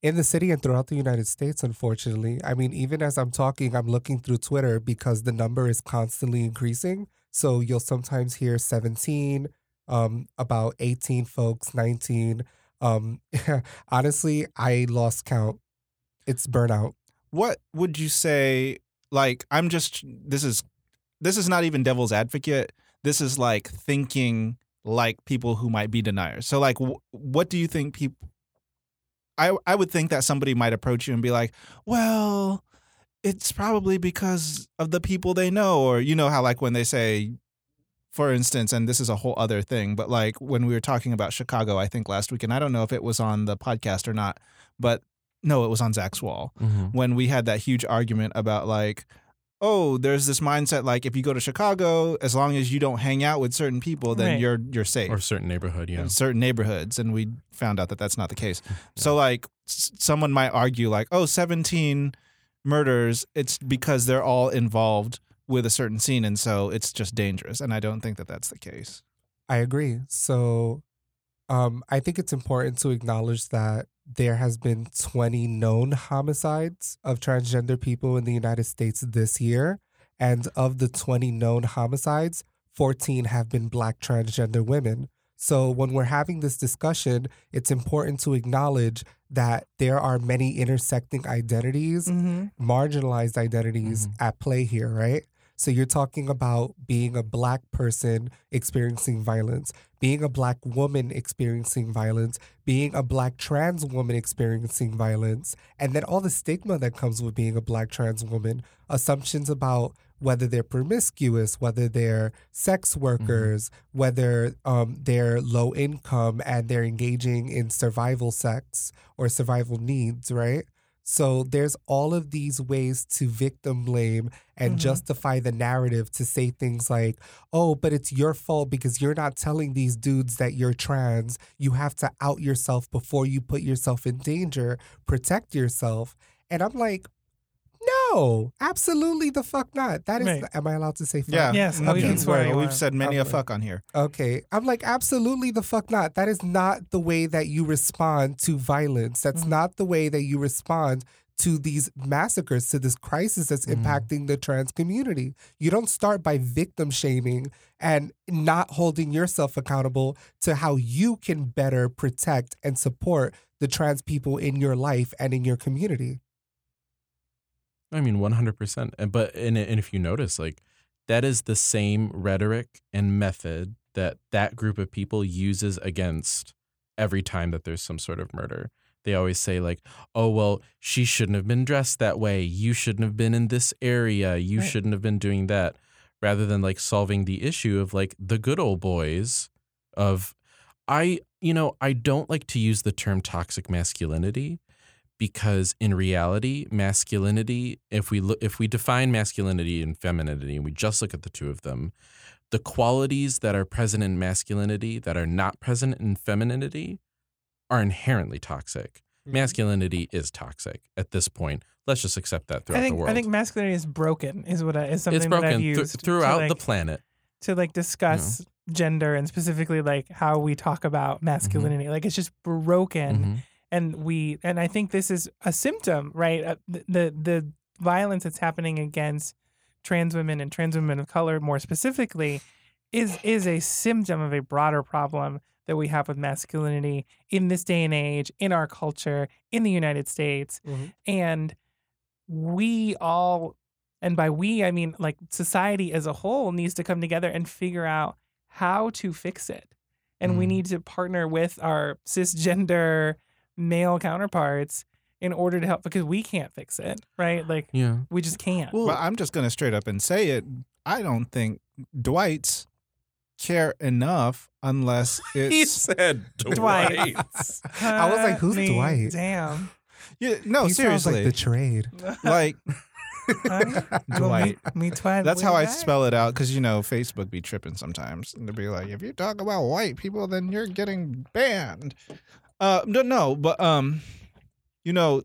S5: In the city and throughout the United States, unfortunately. I mean, even as I'm talking, I'm looking through Twitter because the number is constantly increasing. So you'll sometimes hear 17, um, about 18 folks, 19. Um, honestly, I lost count. It's burnout.
S4: what would you say like i'm just this is this is not even devil's advocate this is like thinking like people who might be deniers so like wh- what do you think people i i would think that somebody might approach you and be like well it's probably because of the people they know or you know how like when they say for instance and this is a whole other thing but like when we were talking about chicago i think last week and i don't know if it was on the podcast or not but no it was on zach's wall
S2: Mhm.
S4: when we had that huge argument about like oh there's this mindset like if you go to chicago as long as you don't hang out with certain people then
S1: Right.
S4: you're you're safe
S2: Or a certain neighborhood, yeah. Mm,
S4: in certain neighborhoods and we found out that that's not the case so like s- someone might argue like oh 17 murders it's because they're all involved with a certain scene and so it's just dangerous and i don't think that that's the case
S5: I agree. So um, I think it's important to acknowledge that there has been 20 known homicides of transgender people in the United States this year. And of the 20 known homicides, 14 have been black transgender women. So when we're having this discussion, it's important to acknowledge that there are many intersecting identities
S1: Mhm.
S5: marginalized identities at play here, right? So you're talking about being a black person experiencing violence, being a black woman experiencing violence, being a black trans woman experiencing violence, and then all the stigma that comes with being a black trans woman, assumptions about whether they're promiscuous, whether they're sex workers, whether um, they're low income and they're engaging in survival sex or survival needs, right? So there's all of these ways to victim blame and
S1: Mhm.
S5: justify the narrative to say things like, oh, but it's your fault because you're not telling these dudes that you're trans. You have to out yourself before you put yourself in danger, protect yourself. And I'm like, no, absolutely the fuck not. That is,
S1: Right.
S5: am I allowed to say fuck?
S4: Yeah.
S1: Yes,
S5: no, you
S4: Okay.
S5: can
S1: swear you
S4: We've
S1: are.
S4: said many a
S5: Okay.
S4: fuck on here.
S5: Okay. I'm like, absolutely the fuck not. That is not the way that you respond to violence. That's
S1: Mhm.
S5: not the way that you respond to these massacres, to this crisis that's
S2: Mhm.
S5: impacting the trans community. You don't start by victim shaming and not holding yourself accountable to how you can better protect and support the trans people in your life and in your community.
S2: I mean, one hundred percent. But and and if you notice, like that is the same rhetoric and method that that group of people uses against every time that there's some sort of murder. They always say like, "Oh well, she shouldn't have been dressed that way. You shouldn't have been in this area. You
S1: Right.
S2: shouldn't have been doing that." Rather than like solving the issue of like the good old boys of I, you know, I don't like to use the term toxic masculinity because in reality, masculinity, if we look if we define masculinity and femininity and we just look at the two of them, the qualities that are present in masculinity that are not present in femininity are inherently toxic.
S1: Mm-hmm.
S2: Masculinity is toxic at this point. Let's just accept that throughout
S1: I think
S2: the world.
S1: I think masculinity is broken is what I, is something
S2: it's
S1: that I've
S2: broken
S1: used
S2: th-
S1: to,
S2: throughout
S1: like,
S2: the planet.
S1: to like discuss gender and specifically like how we talk about masculinity.
S2: Mm-hmm.
S1: Like it's just broken.
S2: Mhm.
S1: and we and I think this is a symptom, right? Uh, The the, the violence that's happening against trans women and trans women of color, more specifically, is is a symptom of a broader problem that we have with masculinity in this day and age, in our culture, in the United States,
S2: Mm-hmm.
S5: Mhm.
S1: and we all. And by we, I mean like society as a whole needs to come together and figure out how to fix it. And we
S2: Mhm.
S1: need to partner with our cisgender, male counterparts in order to help because we can't fix it, right? Like
S2: Yeah.
S1: we just can't.
S2: Well,
S4: But I'm just going to straight up and say it. I don't think Dwight's care enough unless
S2: he
S4: it's
S2: said
S1: Dwight.
S5: I was like, who's
S1: Honey,
S5: Dwight?
S1: Damn.
S4: Yeah, no
S5: He sounds
S4: seriously.
S5: like the trade.
S4: like
S1: Huh? You
S4: Dwight.
S1: Me, me Dwight.
S4: That's how I
S1: Willard?
S4: spell it out because you know Facebook be tripping sometimes. And they'll be like, if you talk about white people, then you're getting banned. Uh, no, no, but um, you know,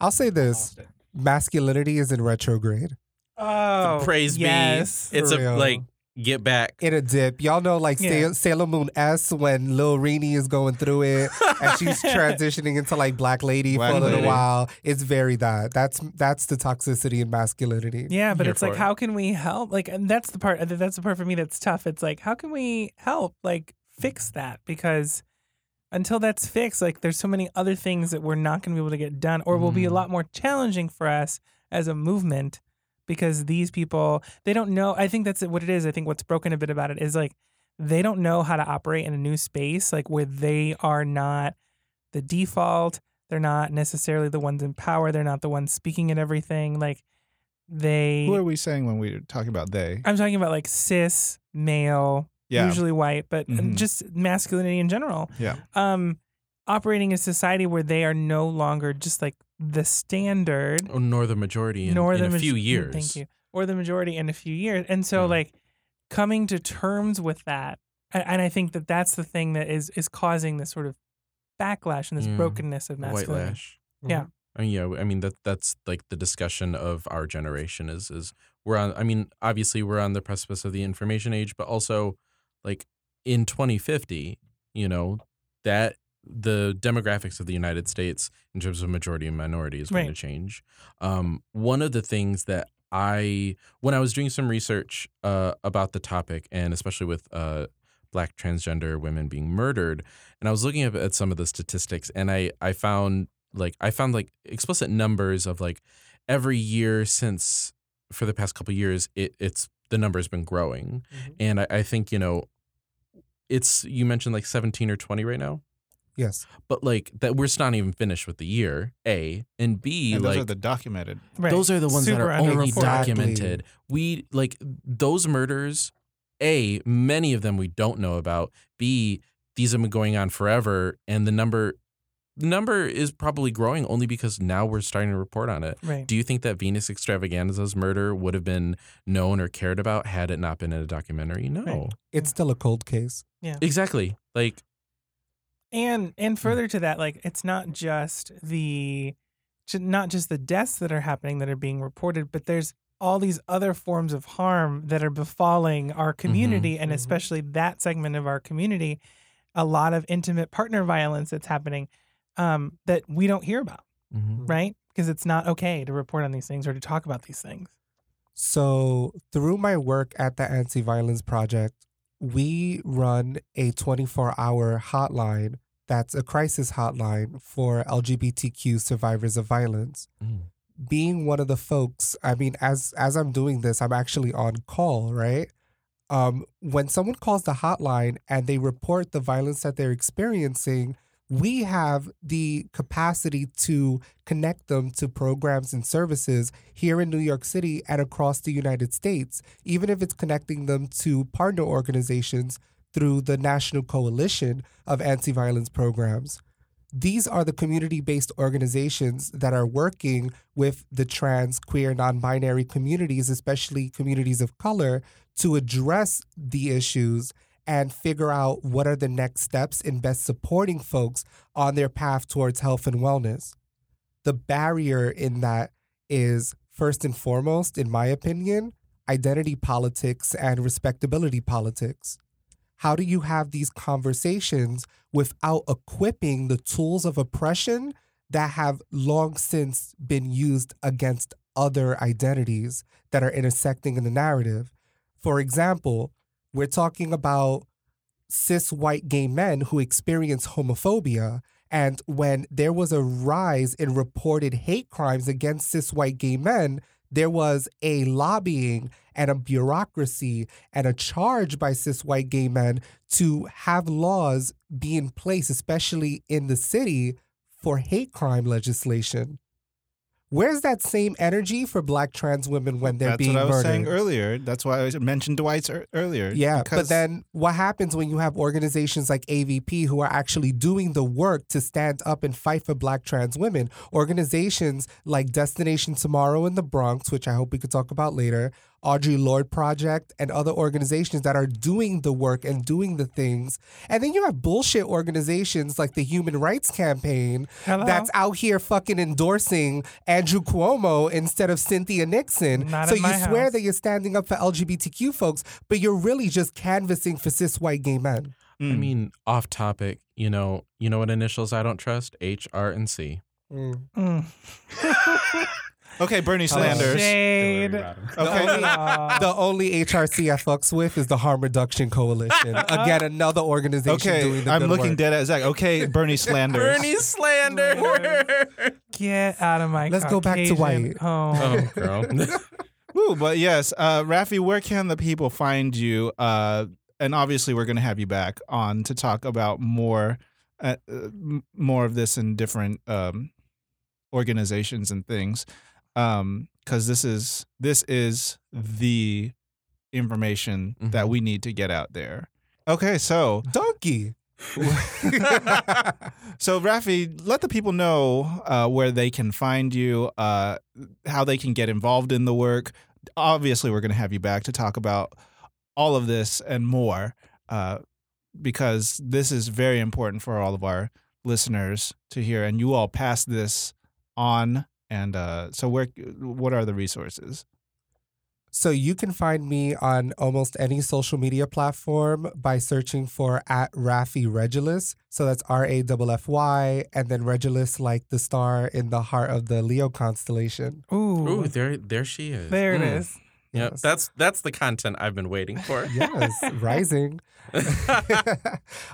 S5: I'll say this masculinity is in retrograde.
S1: Oh,
S2: Praise
S1: yes.
S2: be. It's
S5: for
S2: a
S5: real.
S2: like get back.
S5: in a dip. Y'all know, like Sa-
S1: Yeah.
S5: Sailor Moon S when Lil Reenie is going through it and she's transitioning into like Black Lady
S4: Black
S5: for a little
S4: Lady.
S5: while. It's very that. That's that's the toxicity and masculinity.
S1: Yeah, but
S2: Here
S1: it's like,
S2: for it.
S1: how can we help? Like, and that's the part. That's the part for me that's tough. It's like, how can we help? Like, fix that because until that's fixed, like, there's so many other things that we're not going to be able to get done, or will be a
S2: Mm.
S1: lot more challenging for us as a movement because these people they don't know. I think that's what it is. I think what's broken a bit about it is like they don't know how to operate in a new space, like where they are not the default. They're not necessarily the ones in power. They're not the ones speaking at everything. Like they
S4: who are we saying when we're talking about they?
S1: I'm talking about like cis male,
S4: Yeah,
S1: usually white, but um,
S4: Mhm.
S1: just masculinity in general.
S4: Yeah.
S1: Um, operating in a society where they are no longer just like the standard,
S2: Or nor the majority in, in a
S1: maj- mm,
S2: few years. Mm.
S1: Thank you. Or the majority in a few years, and so
S2: Yeah.
S1: like coming to terms with that, and, and I think that that's the thing that is is causing this sort of backlash and this
S2: Yeah.
S1: brokenness of
S2: Mm. White
S1: masculinity.
S2: lash. Mm-hmm.
S1: Yeah.
S2: I mean, yeah, I mean that that's like the discussion of our generation is is we're on I mean, obviously we're on the precipice of the information age, but also like in 2050, you know, that the demographics of the United States in terms of majority and minority is going
S1: Right.
S2: to change. Um, one of the things that I when I was doing some research uh, about the topic and especially with uh, black transgender women being murdered, and I was looking up at some of the statistics and I I found like I found like explicit numbers of like every year since for the past couple years, it, it's the number's been growing, and I, I think you know, it's you mentioned like seventeen or twenty right now,
S5: Yes.
S2: but like that we're just not even finished with the year. A and B,
S4: And
S2: like
S4: those are the documented.
S1: Right.
S2: those are the ones that
S1: Super
S2: are only
S1: underreported.
S2: documented. We like those murders. A, many of them we don't know about. B, these have been going on forever, and the number the number is probably growing only because now we're starting to report on it.
S1: Right.
S2: Do you think that Venus Extravaganza's murder would have been known or cared about had it not been in a documentary? No,
S1: Right.
S5: It's still a cold case.
S2: exactly. Like
S1: and
S5: Hmm.
S1: and further to that like it's not just the ju- not just the deaths that are happening that are being reported but there's all these other forms of harm that are befalling our community and
S5: Mhm.
S1: especially that segment of our community a lot of intimate partner violence that's happening um, that we don't hear about
S2: mhm.
S5: Hmm.
S1: right because it's not okay to report on these things or to talk about these things
S5: So, through my work at the Anti Violence Project, we run a 24 hour hotline that's a crisis hotline for LGBTQ survivors of violence.
S2: Mm.
S5: Being one of the folks, I mean, as as I'm doing this, I'm actually on call, right? Um, when someone calls the hotline and they report the violence that they're experiencing, we have the capacity to connect them to programs and services here in New York City and across the United States, even if it's connecting them to partner organizations through the National Coalition of Anti Violence Programs. These are the community based organizations that are working with the trans, queer, non binary communities, especially communities of color, to address the issues and figure out what are the next steps in best supporting folks on their path towards health and wellness. The barrier in that is first and foremost, in my opinion, identity politics and respectability politics. How do you have these conversations without equipping the tools of oppression that have long since been used against other identities that are intersecting in the narrative? For example, we're talking about cis white gay men who experience homophobia. And when there was a rise in reported hate crimes against cis white gay men, there was a lobbying and a bureaucracy and a charge by cis white gay men to have laws be in place, especially in the city, for hate crime legislation. Where's that same energy for black trans women when they're
S4: That's
S5: being
S4: what I was
S5: murdered?
S4: saying earlier. That's why I mentioned Dwight's ear- earlier.
S5: Yeah, but
S4: because-
S5: then what happens when you have organizations like AVP who are actually doing the work to stand up and fight for black trans women? Organizations like Destination Tomorrow in the Bronx, which I hope we could talk about later, Audre Lorde Project, and other organizations that are doing the work and doing the things. And then you have bullshit organizations like the Human Rights Campaign
S1: Hello?
S5: that's out here fucking endorsing Andrew Cuomo instead of Cynthia Nixon.
S1: Not
S5: so
S1: in
S5: you
S1: my
S5: swear
S1: house.
S5: that you're standing up for LGBTQ folks, but you're really just canvassing for cis white gay men.
S2: I
S4: Mm.
S2: mean, off topic. You know, you know what initials I don't trust? H, R, and C.
S1: Mm.
S4: okay, Bernie
S5: Oh,
S4: Sanders.
S1: Shade. Oh,
S4: Okay.
S1: Aw.
S5: The only HRC I fucks with is the Harm Reduction Coalition. Again, another organization doing
S4: Okay,
S5: the
S4: I'm
S5: good
S4: looking
S5: work.
S4: dead at Zach. Okay, Bernie Slanders.
S2: slander.
S1: Get out of my.
S5: Let's go back to
S1: Caucasian
S5: white.
S1: home.
S2: oh, girl.
S4: Ooh, but yes, uh, Rafi, where can the people find you? Uh, and obviously, we're going to have you back on to talk about more, uh, uh, m- more of this in different um, organizations and things, because this is this is the information that
S2: Mhm.
S4: we need to get out there. Okay, so
S5: Donkey.
S4: so Rafi, let the people know uh, where they can find you, uh, how they can get involved in the work. Obviously, we're going to have you back to talk about all of this and more, uh, because this is very important for all of our listeners to hear, and you all pass this on. And uh, so, where? What are the resources?
S5: So you can find me on almost any social media platform by searching for at Rafi Regulus. So that's R A F F Y, and then Regulus like the star in the heart of the Leo constellation.
S1: Ooh,
S2: Ooh, there, there she is.
S1: there it
S2: Mm.
S1: is.
S2: Yep,
S5: Yes.
S2: that's that's the content I've been waiting for.
S5: yes, rising.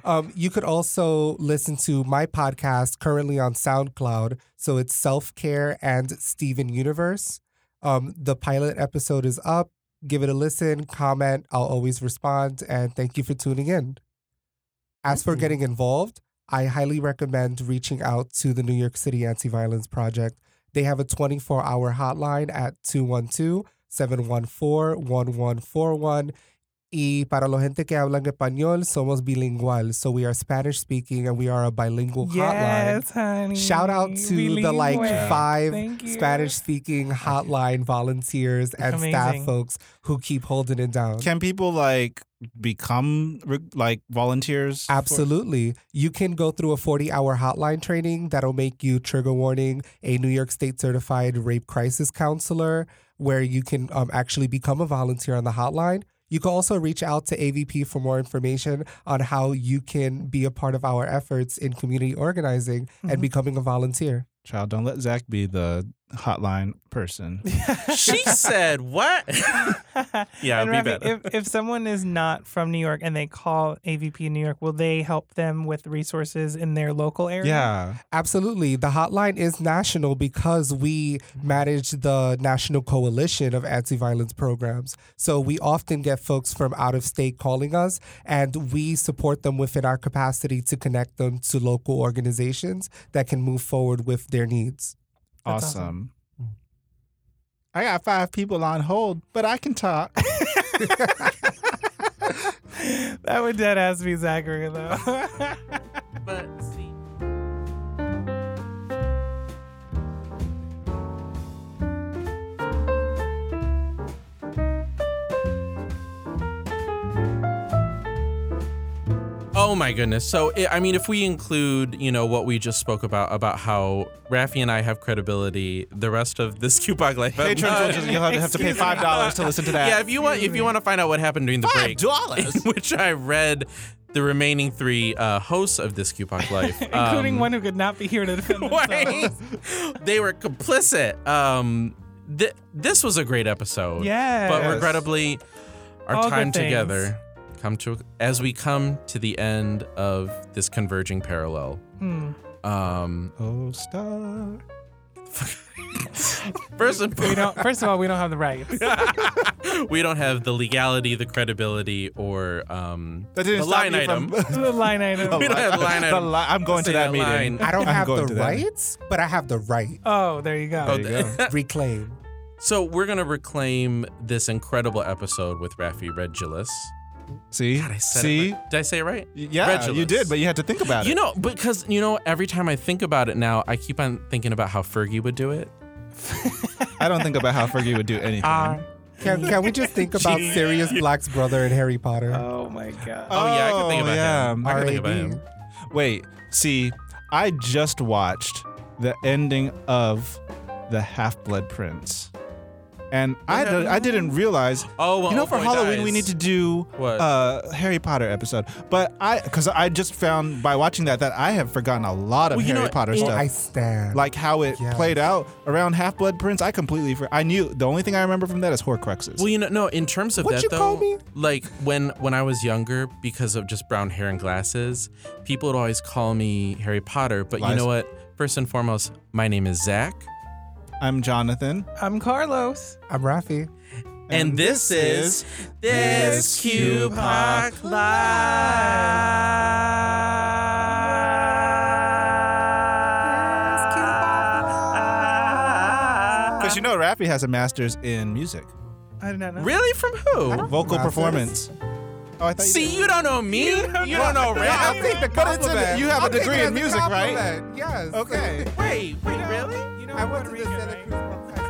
S5: um, you could also listen to my podcast currently on SoundCloud. So it's Self Care and Steven Universe. Um, the pilot episode is up. Give it a listen, comment. I'll always respond. And thank you for tuning in. As for getting involved, I highly recommend reaching out to the New York City Anti Violence Project. They have a 24 hour hotline at 212 714 1141. Y para la gente que habla en español, somos bilingual. So we are Spanish speaking and we are a bilingual hotline.
S1: Yes, honey.
S5: Shout out to the like
S1: Bilingüe.
S5: five
S1: Thank you.
S5: Spanish speaking hotline volunteers and
S1: Amazing.
S5: staff folks who keep holding it down.
S4: Can people like become re- like volunteers? for-
S5: Absolutely. You can go through a 40 hour hotline training that'll make you trigger warning, a New York State certified rape crisis counselor, where you can um, actually become a volunteer on the hotline. You can also reach out to AVP for more information on how you can be a part of our efforts in community organizing
S1: Mhm.
S5: and becoming a volunteer.
S4: Child, don't let Zach be the hotline person.
S2: She said what? Yeah,
S1: And
S2: it'd be
S1: Ravi,
S2: better.
S1: If, if someone is not from New York and they call AVP in New York, will they help them with resources in their local area?
S4: yeah.
S5: Absolutely. The hotline is national because we manage the national coalition of anti violence programs. So we often get folks from out of state calling us, and we support them within our capacity to connect them to local organizations that can move forward with their needs.
S1: That's
S4: Awesome. I got five people on hold, but I can talk.
S1: That would dead ass be Zachary, though.
S2: But see. Oh my goodness. So, i I mean, if we include, you know, what we just spoke about, about how Raffi and I have credibility, the rest of this Cupog life.
S4: Patrons will just, you'll have, have to pay
S1: Excuse me.
S4: five dollars to listen to that.
S2: yeah, if you want, if you want to find out what happened during the break,
S4: dollars.
S2: in which I read the remaining three uh, hosts of this Cupac Life,
S1: Including
S2: um,
S1: one who could not be here to defend
S2: Wait.
S1: themselves.
S2: they were complicit. Um, th- this was a great episode.
S1: Yeah.
S2: But regrettably, our
S1: All good
S2: time
S1: things.
S2: together come to as we come to the end of this converging parallel.
S1: Hmm.
S2: Um,
S4: Oh, star.
S2: first and
S1: We don't. First of all, we don't have the rights.
S2: we don't have the legality, the credibility, or um,
S4: That didn't
S2: the
S4: stop
S2: line
S4: you from-
S2: item.
S1: the line item.
S2: we don't have the line
S4: The
S2: item.
S4: li- I'm going
S2: Say
S4: to that,
S2: that
S4: meeting.
S2: line.
S5: I don't
S4: I'm
S5: have
S4: going
S5: the
S4: to that.
S5: rights, but I have the right.
S1: Oh, there you go.
S2: Oh,
S4: There you
S2: th-
S5: Reclaim.
S2: so we're gonna reclaim this incredible episode with Raffi Regulus.
S4: See,
S2: God, I said it
S4: see,
S2: right. Did I say it right?
S4: yeah, you
S2: Regulus.
S4: did, but you had to think about
S2: You
S4: it.
S2: know, because you know, every time I think about it now, I keep on thinking about how Fergie would do it.
S4: I don't think about how Fergie would do anything.
S2: Uh,
S1: Ah.
S5: Can, can we just think about Sirius Black's brother in Harry Potter?
S4: Uh,
S1: oh my god.
S2: Oh, yeah, I could think about
S4: yeah.
S2: him.
S4: I could
S2: think about
S5: R.A.B..
S2: him.
S4: Wait, see, I just watched the ending of The Half Blood Prince. And I,
S2: Yeah.
S4: d- I didn't realize.
S2: Oh, well,
S4: you know,
S2: Old
S4: for
S2: Boy
S4: Halloween, we
S2: Dies.
S4: need to do
S2: What?
S4: a Harry Potter episode. But I, because I just found by watching that, that I have forgotten a lot of
S2: Well, you know
S4: Harry
S2: what?
S4: Potter
S2: It-
S4: stuff.
S5: I stand.
S4: like how it
S5: Yes.
S4: played out around Half Blood Prince, I completely for I knew the only thing I remember from that is Horcruxes.
S2: Well, you know, no. In terms of
S5: What
S2: that,
S5: you
S2: though,
S5: call me?
S2: like when when I was younger, because of just brown hair and glasses, people would always call me Harry Potter. But you
S4: Lies.
S2: know what? First and foremost, my name is Zach,
S4: I'm Jonathan.
S1: I'm Carlos.
S5: I'm Rafi.
S2: and, this, is this Cube Hawk Live.
S4: Because you know, Rappy has a master's in music,
S1: I did not know.
S2: Really? From who?
S4: vocal
S5: Master's?
S4: performance. Oh, I thought
S2: See, you don't know me. You don't know
S5: I'll
S2: rap.
S5: take the
S4: But it's in-
S5: compliment.
S4: you have a
S5: I'll take
S4: degree
S5: it
S4: in
S5: as a
S4: music, right?
S5: compliment. Yes.
S4: Okay.
S2: Wait, wait, really?
S1: You know,
S5: I went
S1: Puerto
S5: to the
S1: Rican,
S5: Santa
S1: right?
S5: Cruz.